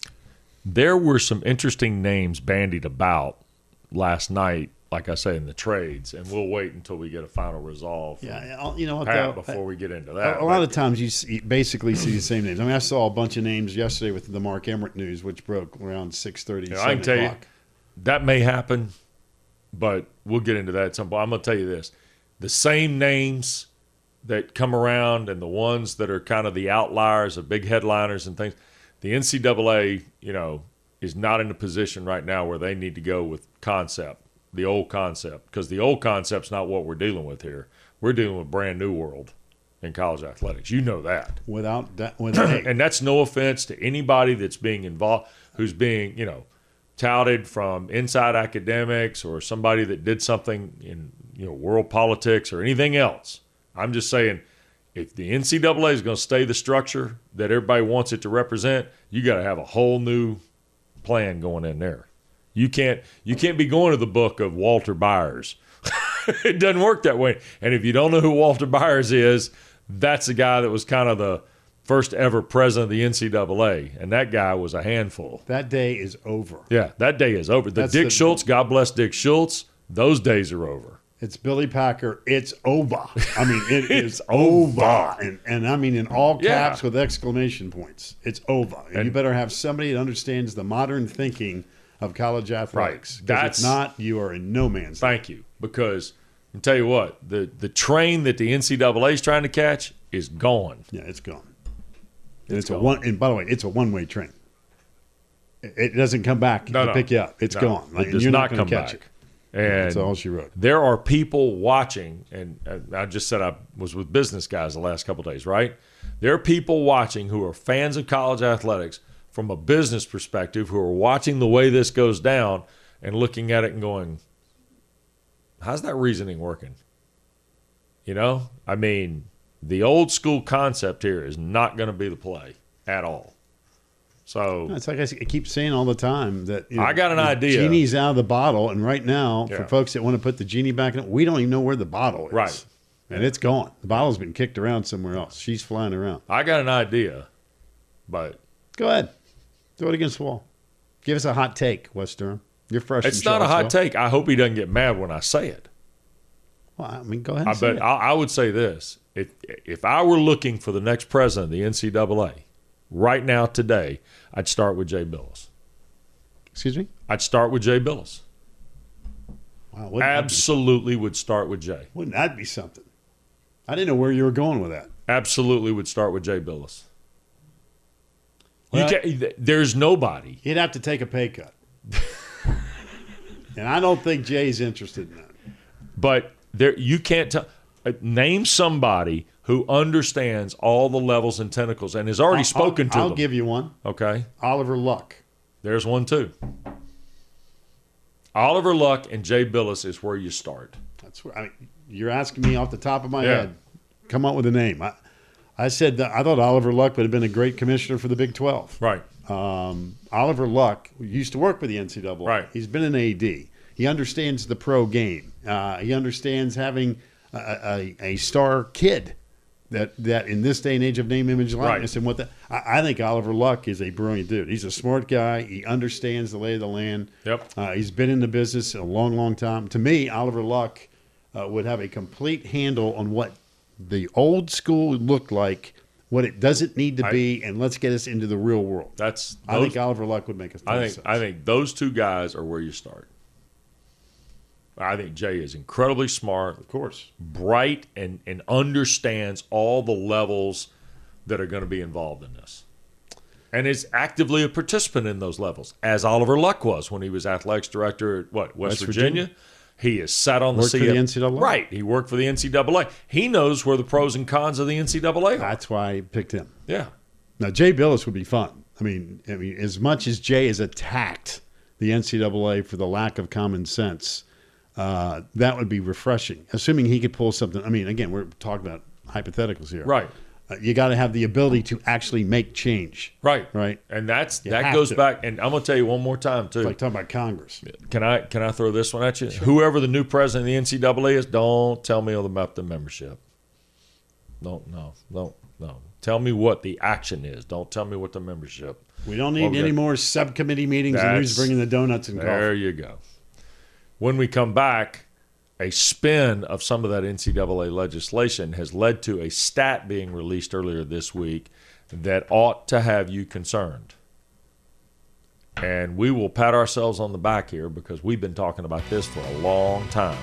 S3: There were some interesting names bandied about last night, like I say, in the trades, and we'll wait until we get a final resolve. from
S2: Yeah, I'll- you know what?
S3: Pat
S2: though?
S3: before we get into that.
S2: A, a lot of times you see, basically see the same names. I mean, I saw a bunch of names yesterday with the Mark Emmert news, which broke around six thirty.
S3: You know, I can tell you
S2: o'clock.
S3: that may happen, but we'll get into that at some point. I'm going to tell you this: the same names that come around and the ones that are kind of the outliers, the big headliners and things. The NCAA, you know, is not in a position right now where they need to go with concept, the old concept, because the old concept's not what we're dealing with here. We're dealing with brand new world in college athletics. You know that
S2: without that. Without, hey,
S3: and that's no offense to anybody that's being involved who's being you know touted from inside academics or somebody that did something in you know world politics or anything else i'm just saying if the ncaa is going to stay the structure that everybody wants it to represent you got to have a whole new plan going in there you can't you can't be going to the book of walter byers it doesn't work that way. And if you don't know who Walter Byers is, that's the guy that was kind of the first ever president of the NCAA, and that guy was a handful.
S2: that day is over.
S3: Yeah, that day is over. The
S2: That's
S3: Dick
S2: the-
S3: Schultz, God bless Dick Schultz, those days are over.
S2: It's Billy Packer. It's over. I mean, it is over, and and I mean in all
S3: Yeah.
S2: caps with exclamation points. It's over. And, you better have somebody that understands the modern thinking of college athletics. 'Cause
S3: That's-
S2: if not, you are in no man's land.
S3: Thank you, because I tell you what, the the train that the NCAA is trying to catch is gone.
S2: Yeah, it's gone. And it's, a one. And by the way, it's a one-way train. It, it doesn't come back
S3: No,
S2: to
S3: no.
S2: pick you up. It's
S3: No,
S2: gone.
S3: it
S2: Like,
S3: does
S2: you're
S3: not,
S2: gonna
S3: come
S2: catch
S3: back.
S2: it.
S3: And
S2: That's all she wrote.
S3: There are people watching, and and I just said I was with business guys the last couple days, right? There are people watching who are fans of college athletics from a business perspective who are watching the way this goes down and looking at it and going, how's that reasoning working? You know, I mean, the old school concept here is not going to be the play at all. So
S2: It's like I s- I keep saying all the time that you
S3: I got an
S2: the
S3: idea.
S2: Genie's out of the bottle, and right now,
S3: Yeah.
S2: for folks that want to put the genie back in it, we don't even know where the bottle is.
S3: Right.
S2: and it's gone. The bottle's been kicked around somewhere else. She's flying around.
S3: I got an idea, but
S2: Go ahead, throw it against the wall. Give us a hot take, West Durham. You're fresh.
S3: it's
S2: from
S3: not a hot
S2: Charlottesville.
S3: take. I hope he doesn't get mad when I say it.
S2: Well, I mean, go ahead.
S3: I
S2: And say
S3: bet
S2: it.
S3: I, I would say this: if if I were looking for the next president of the NCAA right now today, I'd start with Jay Billis.
S2: Excuse me.
S3: I'd start with Jay Billis.
S2: Wow, wouldn't, that be,
S3: Absolutely would start with Jay.
S2: wouldn't that be something? I didn't know where you were going with that.
S3: Absolutely would start with Jay Billis. You
S2: Well-
S3: can, there's nobody.
S2: He'd have to take a pay cut, and I don't think Jay's interested in that.
S3: but there you can't tell. uh, Name somebody who understands all the levels and tentacles and has already
S2: I'll-
S3: spoken to
S2: I'll
S3: them.
S2: give you one.
S3: okay,
S2: Oliver Luck.
S3: there's one too. Oliver Luck and Jay Billis is where you start.
S2: That's where I mean, you're asking me off the top of my
S3: Yeah.
S2: head. Come up with a name. I, I said that I thought Oliver Luck would have been a great commissioner for the Big Twelve.
S3: Right.
S2: Um, Oliver Luck used to work with the NCAA.
S3: Right.
S2: He's been an AD. He understands the pro game. Uh, he understands having a, a, a star kid that that in this day and age of name, image, likeness, and what the I, I think Oliver Luck is a brilliant dude. He's a smart guy. He understands the lay of the land.
S3: Yep.
S2: Uh, he's been in the business a long, long time. To me, Oliver Luck uh, would have a complete handle on what the old school looked like, what it doesn't need to
S3: I-
S2: be, and let's get us into the real world.
S3: That's.
S2: I think
S3: those-
S2: Oliver Luck would make us.
S3: I think. I think those two guys are where you start. I think Jay is incredibly smart.
S2: of course.
S3: bright and, and understands all the levels that are going to be involved in this. And is actively a participant in those levels, as Oliver Luck was when he was athletics director at what West,
S2: West
S3: Virginia.
S2: Virginia.
S3: He is sat on the,
S2: Worked for the
S3: CF
S2: NCAA.
S3: Right, he worked for the NCAA. He knows where the pros and cons of the NCAA are.
S2: That's why I picked him.
S3: Yeah,
S2: Now Jay Billis would be fun. I mean, I mean, as much as Jay has attacked the NCAA for the lack of common sense, uh, that would be refreshing. Assuming he could pull something. I mean, again, we're talking about hypotheticals here.
S3: right,
S2: Uh, you got to have the ability to actually make change.
S3: right,
S2: Right.
S3: And that's
S2: You
S3: that
S2: have
S3: goes
S2: to.
S3: back. And I'm going to tell you one more time too.
S2: It's like talking about Congress.
S3: Can I can I throw this one at you? Whoever the new president of the NCAA is, don't tell me about the membership. Don't no don't no. Tell me what the action is. Don't tell me what the membership.
S2: We don't need
S3: Okay.
S2: any more subcommittee meetings and
S3: That's-
S2: who's bringing the donuts and
S3: There
S2: coffee.
S3: you go. When we come back, a spin of some of that NCAA legislation has led to a stat being released earlier this week that ought to have you concerned. And we will pat ourselves on the back here because we've been talking about this for a long time.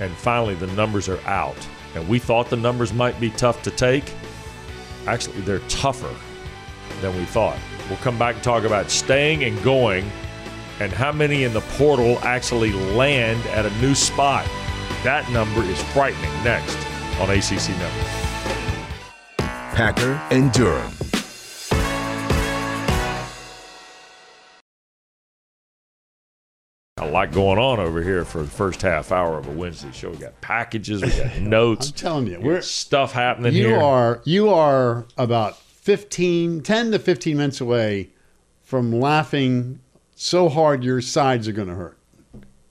S3: And finally, the numbers are out. And we thought the numbers might be tough to take. Actually, they're tougher than we thought. We'll come back and talk about staying and going and how many in the portal actually land at a new spot. That number is frightening. Next on ACC Network.
S1: Packer and Durham.
S3: A lot going on over here for the first half hour of a Wednesday show. We got packages, we got notes,
S2: I'm telling you,
S3: we
S2: we're
S3: got stuff happening
S2: you
S3: here.
S2: are you are about 15 10 to 15 minutes away from laughing so hard your sides are going to hurt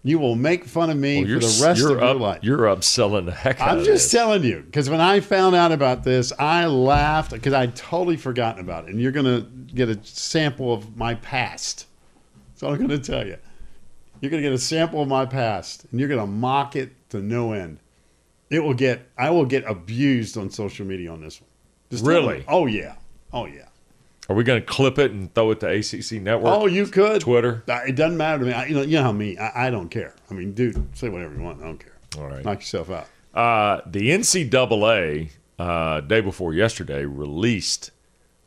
S2: you will make fun of me
S3: Well,
S2: for the rest
S3: Oh, you're
S2: of
S3: up,
S2: your life
S3: You're up selling the heck out
S2: i'm
S3: of
S2: just
S3: this.
S2: telling you because when i found out about this i laughed because i'd totally forgotten about it and you're going to get a sample of my past that's all i'm going to tell you you're going to get a sample of my past and you're going to mock it to no end it will get i will get abused on social media on this one Just tell
S3: Really?
S2: them, oh yeah oh yeah
S3: Are we going to clip it and throw it to ACC Network?
S2: oh you could
S3: Twitter.
S2: Uh, it doesn't matter to me I, you, know, you know how me I, I don't care i mean dude say whatever you want i don't care
S3: All right.
S2: knock yourself out
S3: Uh, the NCAA uh, day before yesterday released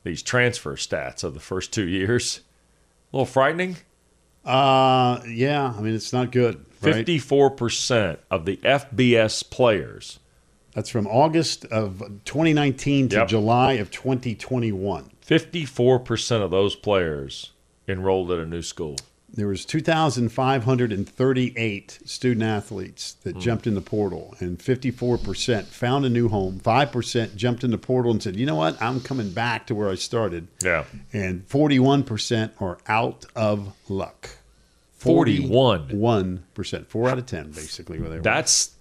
S3: these transfer stats of the first two years. A little frightening.
S2: uh yeah i mean it's not good right?
S3: Fifty-four percent of the FBS players.
S2: that's from august of 2019 to
S3: Yep.
S2: july of 2021
S3: Fifty-four percent of those players enrolled at a new school.
S2: there was 2,538 student athletes that
S3: Hmm.
S2: jumped in the portal, and 54% found a new home. 5% jumped in the portal and said, "You know what? I'm coming back to where I started."
S3: Yeah.
S2: And 41% are out of luck.
S3: 41.
S2: 1%. 4 out of 10 basically where they were.
S3: That's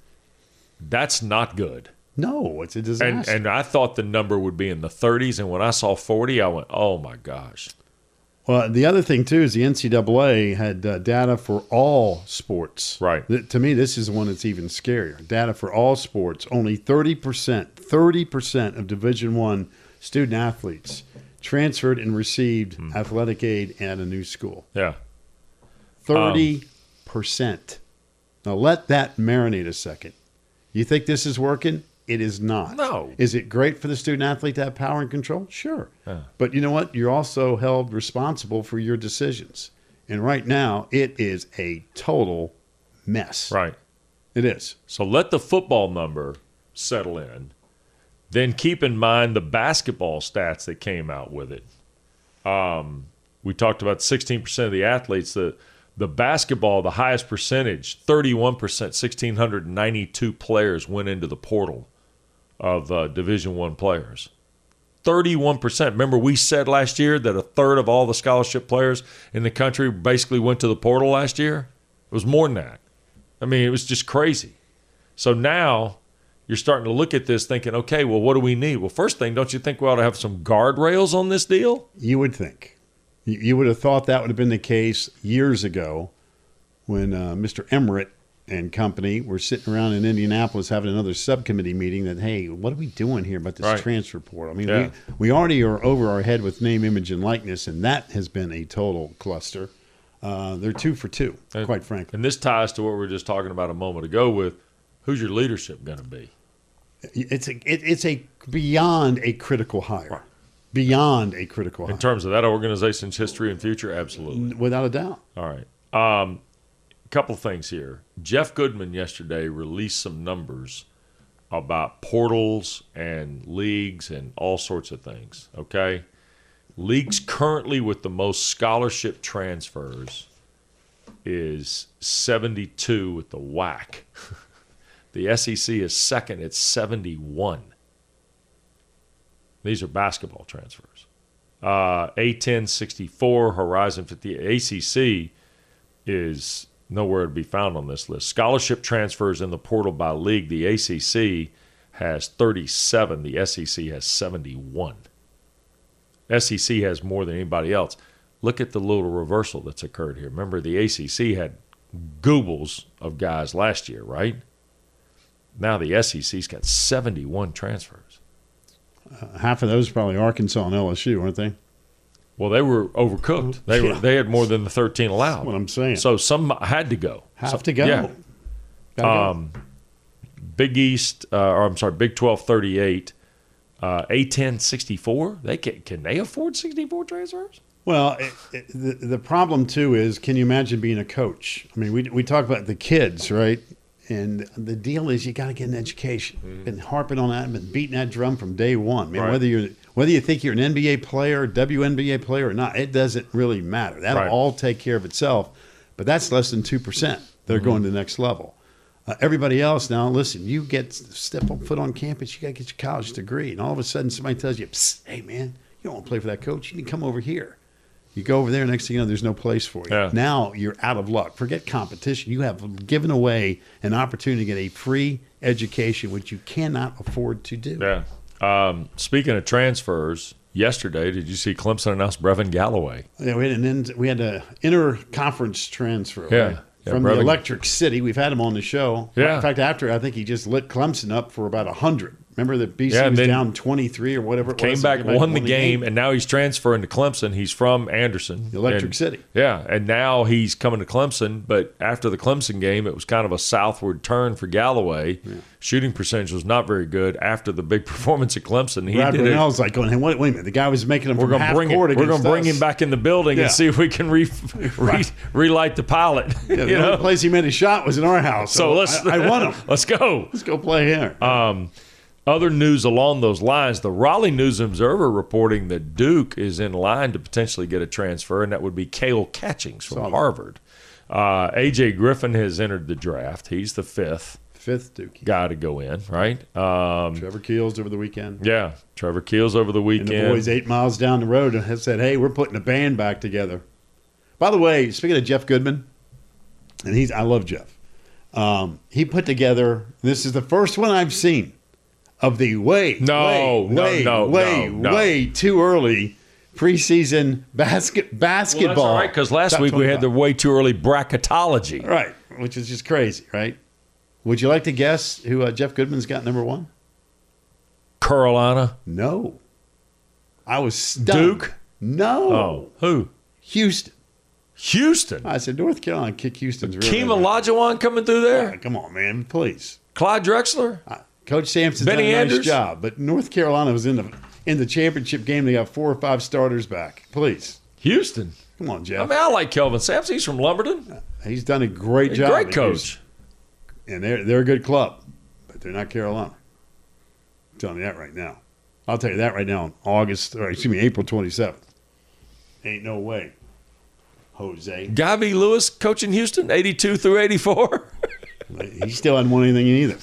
S3: that's not good.
S2: no, it's a
S3: And
S2: disaster.
S3: and I thought the number would be in the 30s and when I saw 40 I went, "Oh my gosh."
S2: Well, the other thing too is the NCAA had uh, data for all sports.
S3: Right.
S2: Th- to me, this is the one that's even scarier. Data for all sports. Only thirty percent, thirty percent of Division One student athletes transferred and received
S3: Hmm.
S2: athletic aid at a new school.
S3: Yeah.
S2: Thirty percent.
S3: Um.
S2: Now let that marinate a second. You think this is working? It is not.
S3: No.
S2: Is it great for the student athlete to have power and control? Sure. But you know what? You're also held responsible for your decisions. And right now, it is a total mess.
S3: Right.
S2: It is.
S3: So let the football number settle in. Then keep in mind the basketball stats that came out with it. Um, we talked about 16% of the athletes. The, the basketball, the highest percentage, 31%, 1,692 players went into the portal of uh, Division One players. 31%. Remember, we said last year that a third of all the scholarship players in the country basically went to the portal last year? It was more than that. I mean, it was just crazy. So now you're starting to look at this thinking, okay, well, what do we need? Well, first thing, don't you think we ought to have some guardrails on this deal?
S2: You would think. You- You would have thought that would have been the case years ago when uh, Mr. Emmerich and company were sitting around in Indianapolis having another subcommittee meeting that, hey, what are we doing here about this
S3: Right.
S2: transfer portal? I mean,
S3: Yeah.
S2: we, we already are over our head with name, image, and likeness, and that has been a total cluster. Uh, they're two for two,
S3: Uh,
S2: quite frankly.
S3: And this ties to what we were just talking about a moment ago with who's your leadership going to be?
S2: It's a, it, it's a beyond a critical hire. Beyond a critical
S3: In
S2: hire.
S3: terms of that organization's history and future, absolutely.
S2: Without a doubt.
S3: All right. Um, couple things here. Jeff Goodman yesterday released some numbers about portals and leagues and all sorts of things. Okay. Leagues currently with the most scholarship transfers is 72 with the whack. the SEC is second at 71. These are basketball transfers. Uh, A10 64, Horizon 50, ACC is nowhere to be found on this list. Scholarship transfers in the portal by league, the ACC has 37, the SEC has 71. SEC has more than anybody else. Look at the little reversal that's occurred here. Remember, the ACC had goobles of guys last year, right? Now the SEC's got 71 transfers.
S2: Uh, half of those probably Arkansas and LSU, aren't they?
S3: Well, they were overcooked. They were
S2: Yeah.
S3: they had more than the 13 allowed.
S2: what I'm saying.
S3: So some had to go.
S2: Have
S3: So-
S2: to go.
S3: yeah.
S2: Gotta go.
S3: Big East, uh, or I'm sorry, Big 12 38, uh, A10 64. They can, can they afford 64 transfers?
S2: Well, it, it, the, the problem too is can you imagine being a coach? I mean, we, we talk about the kids, right? And the deal is you got to get an education. Been harping on that, been beating that drum from day one. Man,
S3: Mm-hmm. Right.
S2: whether you're whether you think you're an NBA player, WNBA player or not, it doesn't really matter. That'll
S3: Right.
S2: all take care of itself. But that's less than two percent.
S3: Mm-hmm.
S2: They're going to the next level. Uh, everybody else now, listen. You get step on foot on campus, you got to get your college degree, and all of a sudden somebody tells you, Psst, "Hey, man, you don't want to play for that coach. You need to come over here." You go over there, next thing you know, there's no place for you.
S3: Yeah.
S2: Now you're out of luck. Forget competition. You have given away an opportunity to get a free education, which you cannot afford to do.
S3: Yeah. Um, speaking of transfers, yesterday, did you see Clemson announce Brevin Galloway?
S2: Yeah, we had an in, we had an interconference transfer
S3: Yeah.
S2: right,
S3: Yeah,
S2: from
S3: brother.
S2: the Electric City. We've had him on the show.
S3: Yeah.
S2: In fact, after I think he just lit Clemson up for about hundred. Remember that BC
S3: Yeah, and
S2: was
S3: then
S2: down twenty three or whatever. It
S3: Came
S2: was,
S3: back, won, the game, and now he's transferring to Clemson. He's from Anderson,
S2: Electric
S3: and-
S2: City.
S3: Yeah, and now he's coming to Clemson. But after the Clemson game, it was kind of a southward turn for Galloway. Shooting percentage was not very good after the big performance at Clemson. He
S2: Brad
S3: did it.
S2: Brunell's like going, hey, wait, wait a minute. The guy was making him
S3: We're
S2: from
S3: gonna
S2: half
S3: bring it,
S2: court
S3: We're gonna
S2: against
S3: bring
S2: us.
S3: him back in the building
S2: Yeah.
S3: and see if we can re, re,
S2: Right.
S3: relight the pilot.
S2: Yeah, the
S3: you
S2: only
S3: know?
S2: place he made a shot was in our house.
S3: So let's
S2: I, I want him.
S3: Let's go.
S2: Let's go play here.
S3: Um, Other news along those lines, the Raleigh News Observer reporting that Duke is in line to potentially get a transfer, and that would be Cale Catchings from Harvard. Uh, A.J. Griffin has entered the draft. He's the fifth
S2: Fifth Dookie.
S3: guy to go in, right? Um,
S2: Trevor Keels over the weekend.
S3: yeah, Trevor Keels over the
S2: And
S3: weekend.
S2: the boys eight miles down the road have said, "Hey, we're putting a band back together." By the way, speaking of Jeff Goodman, and he's I love Jeff. Um, he put together. This is the first one I've seen of the way
S3: No,
S2: way
S3: no,
S2: way
S3: no,
S2: way
S3: no, no.
S2: way too early preseason basket
S3: well,
S2: basketball.
S3: that's all right, because last
S2: Top
S3: week we had
S2: 25.
S3: the way too early bracketology.
S2: Right, which is just crazy, right? Would you like to guess who uh, Jeff Goodman's got number one?
S3: Carolina,
S2: No. I was stunned.
S3: Duke?
S2: No.
S3: oh, who?
S2: Houston.
S3: Houston.
S2: I said North Carolina kick Houston's really.
S3: Keem Olajuwon coming through there.
S2: Come on, man, please.
S3: Clyde Drexler.
S2: Uh, Coach Sampson's
S3: Benny
S2: done a nice
S3: Anders?
S2: job, but North Carolina was in the in the championship game. They got four or five starters back. Please,
S3: Houston.
S2: come on,
S3: I
S2: Jeff.
S3: mean, I like Kelvin Sampson. He's from Lumberton.
S2: He's done a great job.
S3: Great
S2: at
S3: coach.
S2: Houston. and they're they're a good club, but they're not Carolina. I'm telling you that right now. I'll tell you that right now. On August, or excuse me, April twenty seventh. Ain't no way, Jose.
S3: Gavi Lewis coaching Houston, 82 through 84.
S2: He still hadn't won anything either.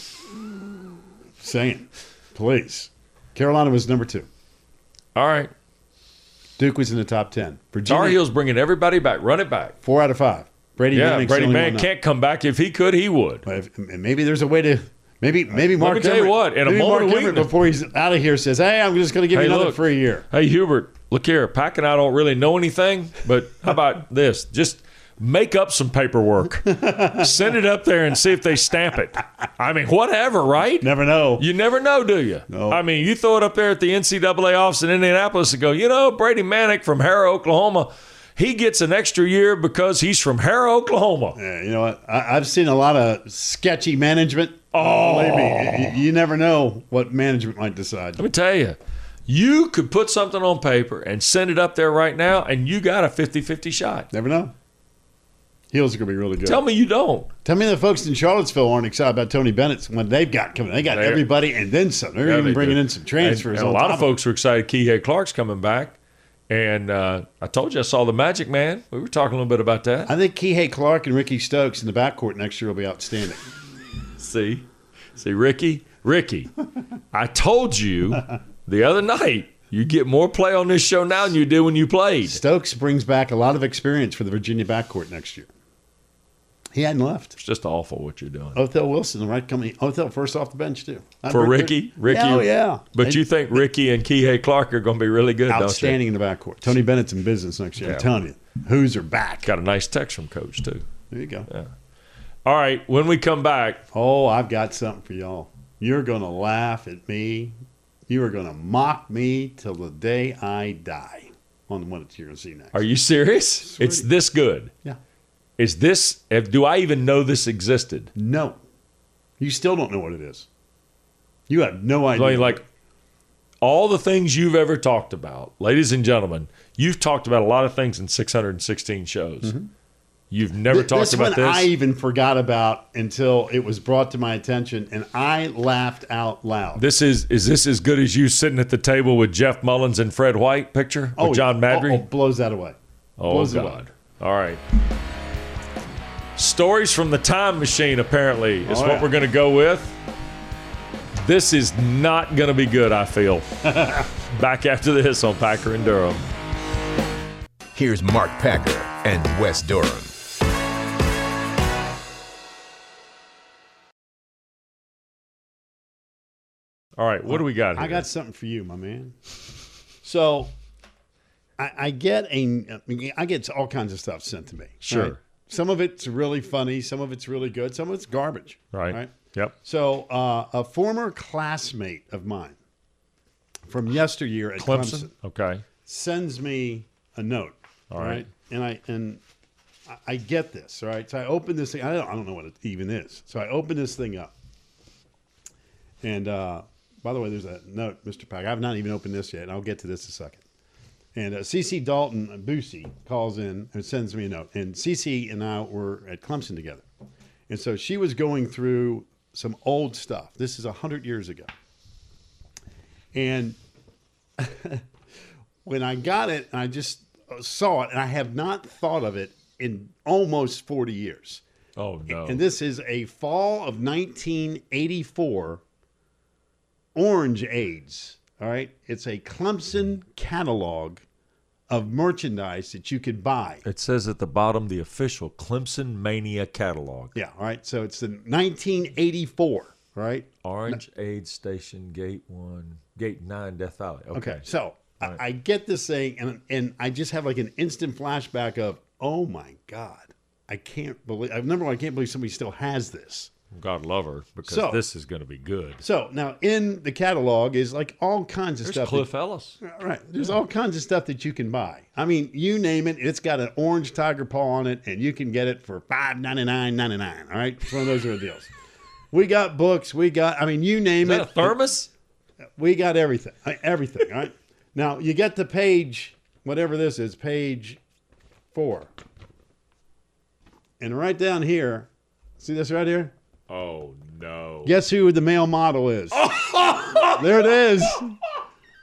S2: Saying, please. Carolina was number two.
S3: All right.
S2: Duke was in the top ten. Virginia,
S3: Tar Heels bringing everybody back. Run it back.
S2: four out of five. Brady
S3: Yeah,
S2: Manning's
S3: Brady
S2: the only
S3: Man
S2: one
S3: can't come back. If he could, he would.
S2: up. But if- and maybe there's a way to. Maybe maybe Mark.
S3: Uh, me tell you
S2: Emmert-
S3: what, in a
S2: maybe
S3: moment
S2: Mark
S3: of
S2: Emmert,
S3: weakness-
S2: before he's out of here, says, "Hey, I'm just going to give
S3: Hey,
S2: you another
S3: look.
S2: free year."
S3: Hey, Hubert, look here. Pack and I don't really know anything, but how about this? Just make up some paperwork, send it up there and see if they stamp it. I mean, whatever, right?
S2: Never know.
S3: You never know, do you?
S2: No.
S3: I mean, you throw it up there at the NCAA office in Indianapolis and go, you know, Brady Manick from Harrow, Oklahoma, he gets an extra year because he's from Harrow, Oklahoma.
S2: Yeah, you know what? I, I've seen a lot of sketchy management. Oh, maybe you, you never know what management might decide.
S3: Let me tell you, you could put something on paper and send it up there right now, and you got a 50 50 shot.
S2: Never know. Heels are going to be really good.
S3: Tell me you don't.
S2: Tell me the folks in Charlottesville aren't excited about Tony Bennett's when they've got coming. They got
S3: They-
S2: everybody and then some. They're
S3: Yeah,
S2: even
S3: they
S2: bringing
S3: do.
S2: in some transfers.
S3: And, and a
S2: on
S3: lot
S2: top
S3: of folks are excited. Kihei Clark's coming back. And uh, I told you I saw the Magic Man. We were talking a little bit about that.
S2: I think Kihei Clark and Ricky Stokes in the backcourt next year will be outstanding.
S3: See, see, Ricky, Ricky, I told you the other night you get more play on this show now than you did when you played.
S2: Stokes brings back a lot of experience for the Virginia backcourt next year. He hadn't left.
S3: It's just awful what you're doing.
S2: Othell Wilson, the right company. Othell first off the bench too. Not
S3: For
S2: very
S3: Ricky,
S2: good.
S3: Ricky,
S2: Oh yeah.
S3: But
S2: And
S3: you think Ricky and Kihei Clark are going to be really good? Don't you?
S2: outstanding in the backcourt. Tony Bennett's in business next year.
S3: Yeah.
S2: I'm telling you, who's are back.
S3: Got a nice text from Coach too.
S2: There you go.
S3: All right, when we come back,
S2: Oh, I've got something for y'all. You're going to laugh at me. You are going to mock me till the day I die on the one that you're going to see next.
S3: are you serious?
S2: Sweet.
S3: It's this good.
S2: Yeah.
S3: Is this? if- Do I even know this existed?
S2: No. You still don't know what it is. You have no idea.
S3: Like, like all the things you've ever talked about, ladies and gentlemen, you've talked about a lot of things in 616 shows. You've
S2: Mm-hmm.
S3: never
S2: Th-
S3: talked
S2: this
S3: about
S2: one
S3: this.
S2: I even forgot about until it was brought to my attention, and I laughed out loud.
S3: This is is this as good as you sitting at the table with Jeff Mullins and Fred White picture with John
S2: oh, oh,
S3: Madry?
S2: blows that away. blows it away.
S3: Oh, All right. Stories from the time machine apparently is
S2: Oh,
S3: what
S2: yeah.
S3: we're going to go with. This is not going to be good, I feel. Back after this on Packer and Durham.
S1: Here's Mark Packer and Wes Durham.
S3: All right, what do we got here?
S2: I got something for you, my man. So, I, I get a, I get all kinds of stuff sent to me.
S3: Sure.
S2: Some of it's really funny. Some of it's really good. Some of it's garbage.
S3: Right. Yep.
S2: So, uh, a former classmate of mine from yesteryear at Clemson,
S3: Clemson. Okay.
S2: sends me a note. All
S3: right.
S2: And I and I- I get this. All right. So I open this thing. I don't, I don't know what it even is. So I open this thing up. And uh, by the way, there's a note, Mr. Pack. I've not even opened this yet, and I'll get to this in a second. And uh, CC Dalton Boosie calls in and sends me a note. And CC and I were at Clemson together. And so she was going through some old stuff. This is 100 years ago. And when I got it, I just uh, saw it, and I have not thought of it in almost 40 years.
S3: Oh no.
S2: And this is a fall of 1984 Orange AIDS. All right. It's a Clemson catalog of merchandise that you could buy.
S3: it says at the bottom the official Clemson Mania catalog.
S2: Yeah. All right. So it's the 1984. Right.
S3: Orange Aid Station Gate One, Gate Nine, Death Valley. Okay.
S2: Okay. So I, I get this thing, and and I just have like an instant flashback of, oh my god, I can't believe. I Number one, I can't believe somebody still has this.
S3: God love her because
S2: So-
S3: this is going to be good.
S2: So now in the catalog is like all kinds of
S3: There's
S2: stuff. that-
S3: Cliff Ellis.
S2: All right. There's all kinds of stuff that you can buy. I mean, you name it, it's got an orange tiger paw on it, and you can get it for five ninety nine ninety nine. All right. It's one of those are deals. We got books. We got, I mean, you name
S3: Is that a
S2: it.
S3: thermos?
S2: we got everything. uh, Everything. All right. now, you get the page, whatever this is, page four. And right down here, see this right here?
S3: Oh no.
S2: Guess who the male model is? there it is.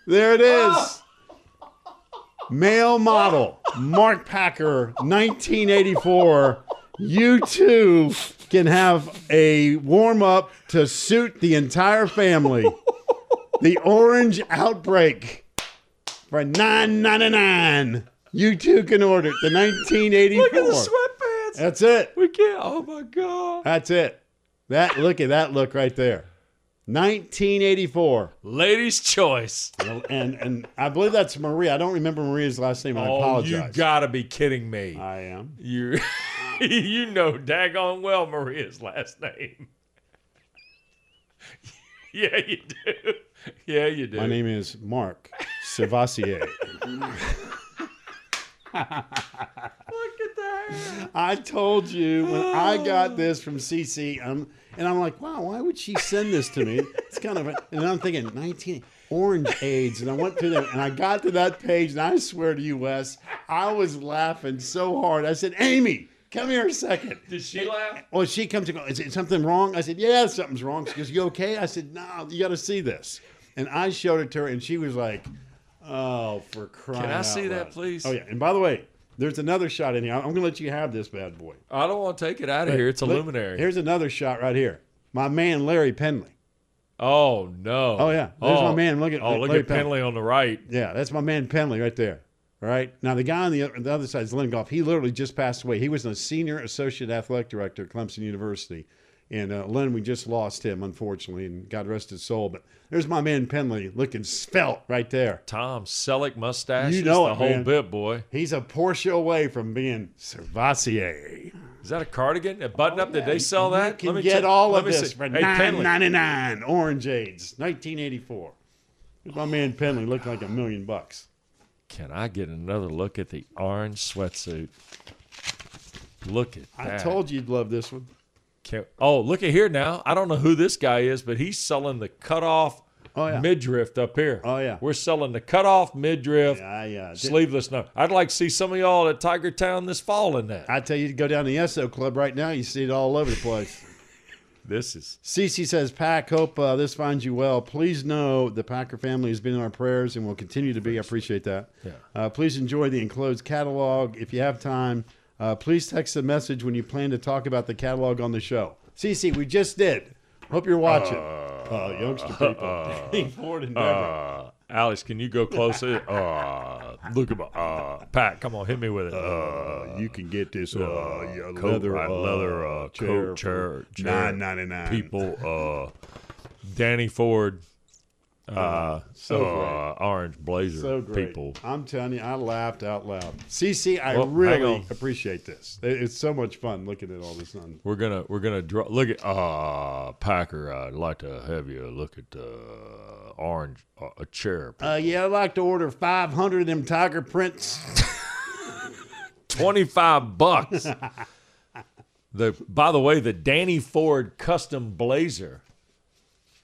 S2: There it is. Male model, Mark Packer, 1984. You too can have a warm up to suit the entire family. The Orange Outbreak for nine ninety nine. You too can order it. The 1984.
S3: Look at the sweatpants.
S2: That's it.
S3: We can't. Oh my God.
S2: That's it. That look at that look right there. 1984.
S3: Ladies' choice.
S2: And and I believe that's Maria. I don't remember Maria's last name. I
S3: Oh, you
S2: apologize.
S3: gotta be kidding me.
S2: I am.
S3: you, you know daggone well Maria's last name. yeah, you do. Yeah, you do.
S2: My name is Mark Savassier.
S3: Look at that.
S2: I told you when I got this from CC, um, and I'm like, wow, why would she send this to me? It's kind of, a, and I'm thinking 19 Orange AIDS, and I went through there, and I got to that page, and I swear to you, Wes, I was laughing so hard. I said, Amy, come here a second.
S3: Did she laugh?
S2: Well, she comes and goes, Is it something wrong? I said, Yeah, something's wrong. She goes, You okay? I said, No, you got to see this. And I showed it to her, and she was like, Oh, for crying
S3: I
S2: out
S3: see that,
S2: loud."
S3: please?
S2: Oh, yeah. And by the way, there's another shot in here. I'm going to let you have this bad boy.
S3: I don't want to take it out of here. It's a
S2: Look,
S3: luminary.
S2: Here's another shot right here. My man, Larry Penley.
S3: oh no.
S2: Oh, yeah. There's my man. Look at-
S3: Oh, look
S2: Larry
S3: at Penley on the right.
S2: Yeah, that's my man, Penley, right there. All right. Now, the guy on the, the other side is Lindgoff. He literally just passed away. He was a senior associate athletic director at Clemson University. And uh, Lynn, we just lost him, unfortunately, and God rest his soul. But there's my man, Penley, looking svelte right there.
S3: Tom Selleck mustache.
S2: You know
S3: the
S2: it,
S3: whole
S2: man.
S3: bit, boy.
S2: He's a Porsche away from being Servassier.
S3: Is that a cardigan? A button up? Did they sell
S2: You
S3: that?
S2: can
S3: Let me
S2: get
S3: check-
S2: all
S3: let
S2: of
S3: me
S2: this
S3: see.
S2: for
S3: hey, Penley.
S2: $9.99. Orange AIDS, 1984. There's my man, Penley, looked like a million bucks.
S3: Can I get another look at the orange sweatsuit? Look at
S2: I
S3: that.
S2: told you you'd love this one.
S3: Can- oh, look at here now. I don't know who this guy is, but he's selling the cutoff
S2: Oh, yeah.
S3: midriff up here.
S2: Oh, yeah.
S3: We're selling the cutoff midriff
S2: I, uh, did-
S3: sleeveless. No, I'd like to see some of y'all at Tiger Town this fall in that.
S2: I tell you to go down to the ESO Club right now. You see it all over the place.
S3: this is
S2: Cece says, Pack, hope uh, this finds you well. Please know the Packer family has been in our prayers and will continue to be. I appreciate that.
S3: Yeah.
S2: Uh, please enjoy the enclosed catalog. If you have time, uh, please text a message when you plan to talk about the catalog on the show. Cece, we just did. Hope you're watching. Uh, youngster people. Lean forward and never.
S3: uh, Alex. Can you go closer? uh, look at my uh, Pat. Come on, hit me with it.
S2: Uh, you can get this uh, your
S3: coat,
S2: leather,
S3: uh,
S2: uh,
S3: leather, uh,
S2: chair
S3: coat, chair,
S2: for
S3: chair,
S2: $9.99.
S3: people, uh, Danny Ford, uh,
S2: so
S3: uh, orange blazer
S2: so great.
S3: people.
S2: I'm telling you, I laughed out loud. CC, I
S3: Well, hang
S2: really
S3: on.
S2: appreciate this. It- It's so much fun looking at all this. On,
S3: We're gonna we're gonna draw. Look at uh Packer. I'd like to have you look at uh, orange uh, a chair.
S2: uh, yeah, I'd like to order 500 of them tiger prints.
S3: Twenty five bucks. the by the way, the Danny Ford custom blazer,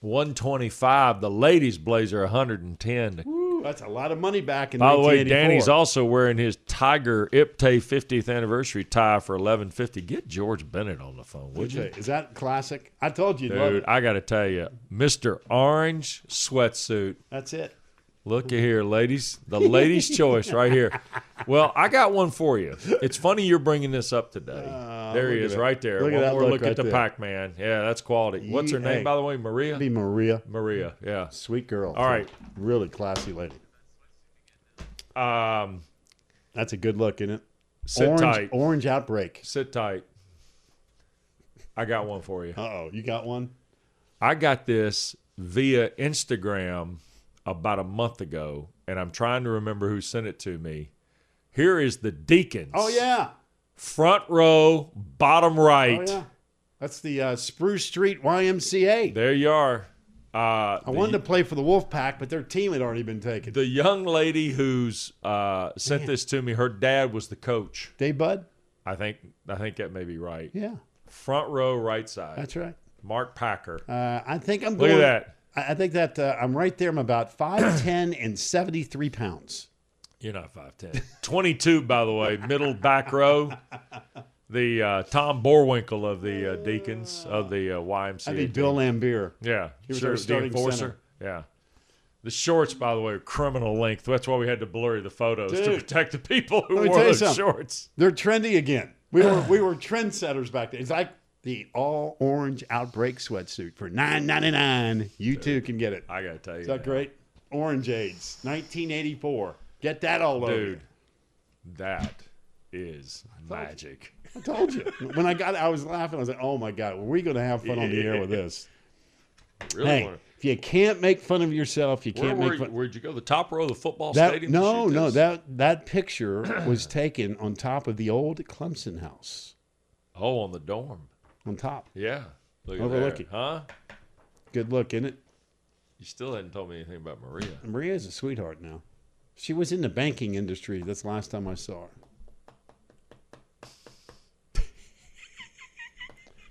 S3: one twenty five. The ladies blazer, one hundred and ten.
S2: That's a lot of money back in
S3: By the way,
S2: 1984.
S3: Danny's also wearing his Tiger Ipte 50th anniversary tie for 1150. Get George Bennett on the phone, would you?
S2: Is that classic? I told you,
S3: Dude, I got to tell you, Mr. Orange sweatsuit.
S2: That's it.
S3: Look at here, ladies. The ladies' choice right here. Well, I got one for you. It's funny you're bringing this up today. there he
S2: Ah, look at
S3: is,
S2: that-
S3: right there.
S2: look at
S3: one
S2: that
S3: more
S2: look
S3: look
S2: right
S3: at the
S2: there.
S3: Pac Man. Yeah, that's quality. What's her name,
S2: Yay.
S3: by the way? Maria?
S2: Be Maria,
S3: Maria, yeah.
S2: sweet girl.
S3: All right.
S2: really classy lady.
S3: Um,
S2: That's a good look, isn't it?
S3: sit
S2: orange,
S3: tight.
S2: orange outbreak.
S3: Sit tight. I got one for you.
S2: Uh oh, you got one.
S3: I got this via Instagram about a month ago, and I'm trying to remember who sent it to me. Here is the Deacons.
S2: Oh yeah,
S3: Front row, bottom
S2: oh
S3: right.
S2: yeah. That's the uh, Spruce Street YMCA.
S3: There you are. Uh,
S2: I
S3: the,
S2: wanted to play for the Wolfpack, but their team had already been taken.
S3: the young lady who's uh, sent this to me, her dad was the coach.
S2: Day Bud.
S3: I think I think that may be right.
S2: Yeah,
S3: Front row, right side.
S2: that's right.
S3: Mark Packer.
S2: Uh, I think I'm
S3: Look
S2: going.
S3: at that.
S2: I, I think that uh, I'm right there. I'm about five ten and seventy three pounds.
S3: You're not 5'10. 22, by the way, middle back row. The uh, Tom Borwinkle of the uh, Deacons of the uh, YMCA.
S2: I think
S3: team.
S2: Bill Lambier.
S3: Yeah,
S2: He was
S3: sure.
S2: our starting
S3: Dean Forcer.
S2: center.
S3: Yeah. The shorts, by the way, are criminal length. That's why we had to blurry the photos to
S2: Dude.
S3: protect the people who
S2: Let me
S3: wore
S2: tell you
S3: those
S2: something.
S3: shorts.
S2: They're trendy again. We were we were trendsetters back then. It's like the all orange outbreak sweatsuit for nine ninety nine. You too can get it.
S3: I gotta tell you,
S2: Is that great? Orange AIDS, nineteen eighty four. Get that all over.
S3: dude,
S2: Dude,
S3: that is magic.
S2: I told you. When I got, it, I was laughing. I was like, "Oh my god, were we going to have fun on the air with this?"
S3: Really?
S2: hey,
S3: wanna-
S2: if you can't make fun of yourself, you
S3: where
S2: can't
S3: were
S2: make
S3: you,
S2: fun.
S3: where'd you go? The top row of the football
S2: That,
S3: stadium? to
S2: no,
S3: shoot
S2: no,
S3: this?
S2: that that picture was taken on top of the old Clemson house.
S3: Oh, on the dorm.
S2: On top,
S3: Yeah. Look at
S2: Overlook
S3: there.
S2: it.
S3: Huh?
S2: good look, is it?
S3: You still hadn't told me anything about Maria.
S2: Maria's a sweetheart now. She was in the banking industry. That's the last time I saw her.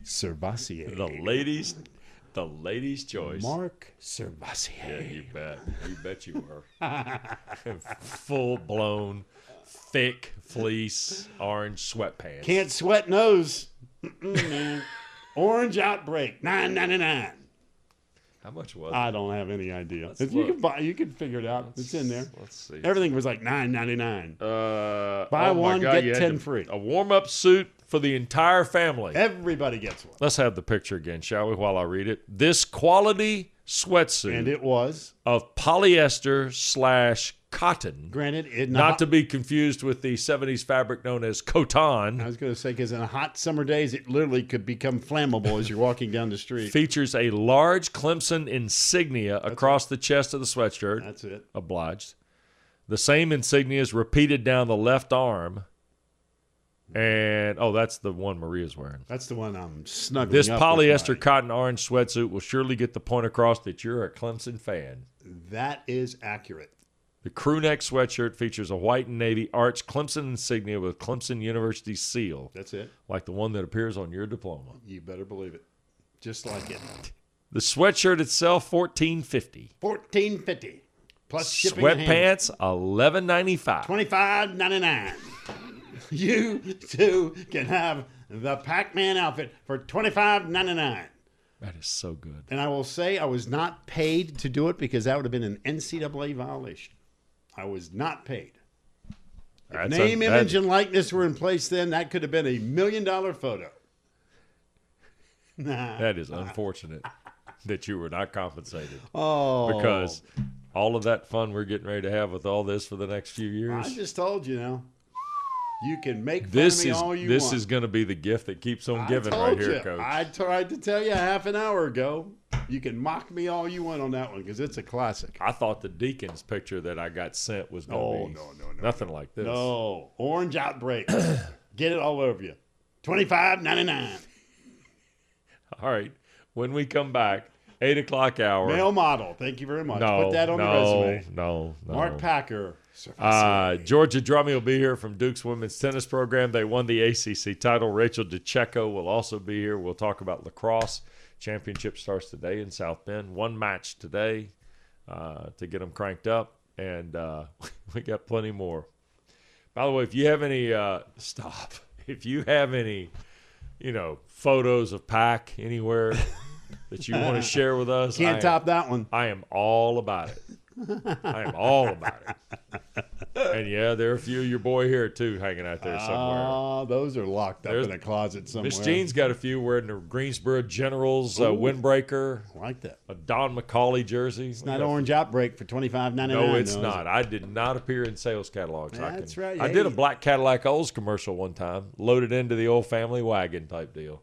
S2: Servassier.
S3: The ladies, the ladies' choice.
S2: Mark Servassier.
S3: Yeah, you bet. You bet you were. Full blown, thick fleece, orange sweatpants.
S2: Can't sweat nose. Mm-mm, man. Orange outbreak. Nine ninety nine.
S3: How much was it?
S2: I don't have any idea. If you
S3: look.
S2: can buy, you can figure it out. It's in there.
S3: Let's see.
S2: Everything was like nine ninety nine.
S3: uh,
S2: Buy
S3: oh my
S2: one,
S3: God,
S2: get
S3: you had
S2: 10
S3: to-
S2: free. Eh.
S3: A warm up suit for the entire family.
S2: Everybody gets one.
S3: Let's have the picture again, shall we, while I read it? This quality sweatsuit
S2: And it was
S3: of polyester slash cotton,
S2: granted it
S3: not to be confused with the 70s fabric known as coton.
S2: I was going to say because in hot summer days it literally could become flammable as you're walking down the street.
S3: features a large Clemson insignia across the chest of the sweatshirt.
S2: That's it.
S3: obliged. The same insignia is repeated down the left arm. And oh, that's the one Maria's wearing.
S2: That's the one I'm snuggling.
S3: This
S2: up
S3: polyester
S2: With
S3: cotton orange sweatsuit will surely get the point across that you're a Clemson fan.
S2: my- that is accurate.
S3: The crew neck sweatshirt features a white and navy arch Clemson insignia with Clemson University seal,
S2: That's it.
S3: like the one that appears on your diploma.
S2: You better believe it. Just like it.
S3: The sweatshirt itself, fourteen fifty.
S2: Fourteen fifty plus shipping. and handling.
S3: Sweatpants, eleven ninety five.
S2: Twenty-five ninety-nine. you too can have the Pac-Man outfit for twenty-five ninety-nine.
S3: That is so good.
S2: And I will say I was not paid to do it because that would have been an NCAA violation. I was not paid.
S3: That's a-
S2: Name,
S3: that-
S2: image, and likeness were in place then. That could have been a million dollar photo. Nah.
S3: That is unfortunate that you were not compensated
S2: Oh,
S3: because all of that fun we're getting ready to have with all this for the next few
S2: I
S3: years.
S2: just told you now. You can make fun
S3: This
S2: of me
S3: is
S2: all you
S3: this
S2: want.
S3: is going to be the gift that keeps on
S2: I
S3: giving
S2: told
S3: right here,
S2: you.
S3: coach.
S2: I tried to tell you half an hour ago. You can mock me all you want on that one because it's a classic.
S3: I thought the Deacons picture that I got sent was going to
S2: No,
S3: be
S2: no, no, no,
S3: nothing like this.
S2: No, orange outbreak. Get it all over you. Twenty five ninety nine.
S3: All right, when we come back, eight o'clock hour.
S2: Male model. Thank you very much.
S3: no,
S2: Put that on
S3: no,
S2: the resume.
S3: no, no.
S2: Mark Packer.
S3: Uh, Georgia Drummy will be here from Duke's women's tennis program. They won the ACC title. Rachel DeCheco will also be here. We'll talk about lacrosse. Championship starts today in South Bend. One match today uh, to get them cranked up. and uh, we got plenty more. By the way, if you have any uh, stop, if you have any, you know, photos of Pack anywhere that you want to share with us, I
S2: Can't
S3: am-
S2: top that one.
S3: I am all about it. I am all about it. And yeah, there are a few of your boy here too hanging out there somewhere.
S2: Ah, those are locked up
S3: There's-
S2: in a closet somewhere.
S3: Miss Jean's got a few wearing the Greensboro Generals uh, windbreaker,
S2: I like that.
S3: a Don McCauley jersey.
S2: It's not orange outbreak for twenty five ninety nine.
S3: No, it's not. I did not appear in sales catalogs. I
S2: That's
S3: can-
S2: right.
S3: I did a
S2: Hey.
S3: black Cadillac Olds commercial one time, loaded into the old family wagon type deal.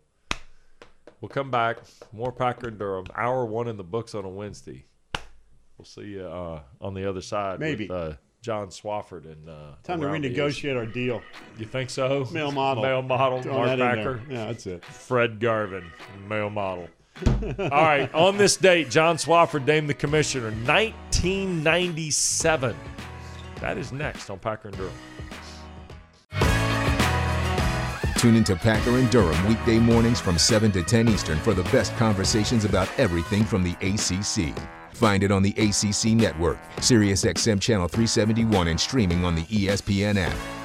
S3: We'll come back. More Packer and Durham. Hour one in the books on a Wednesday. We'll see you uh, on the other side.
S2: Maybe.
S3: With, uh, John Swafford and uh,
S2: Time to
S3: around the ears.
S2: renegotiate our deal.
S3: You think so?
S2: Male model.
S3: Male model.
S2: Throw
S3: Mark
S2: that in there.
S3: Packer.
S2: Yeah, that's it.
S3: Fred Garvin, male model. All right, on this date, John Swafford named the commissioner, 1997. That is next on Packer and Durham.
S1: Tune into Packer and Durham weekday mornings from 7 to 10 Eastern for the best conversations about everything from the ACC. Find it on E the ACC network, SiriusXM Channel 371, and streaming on the ESPN app.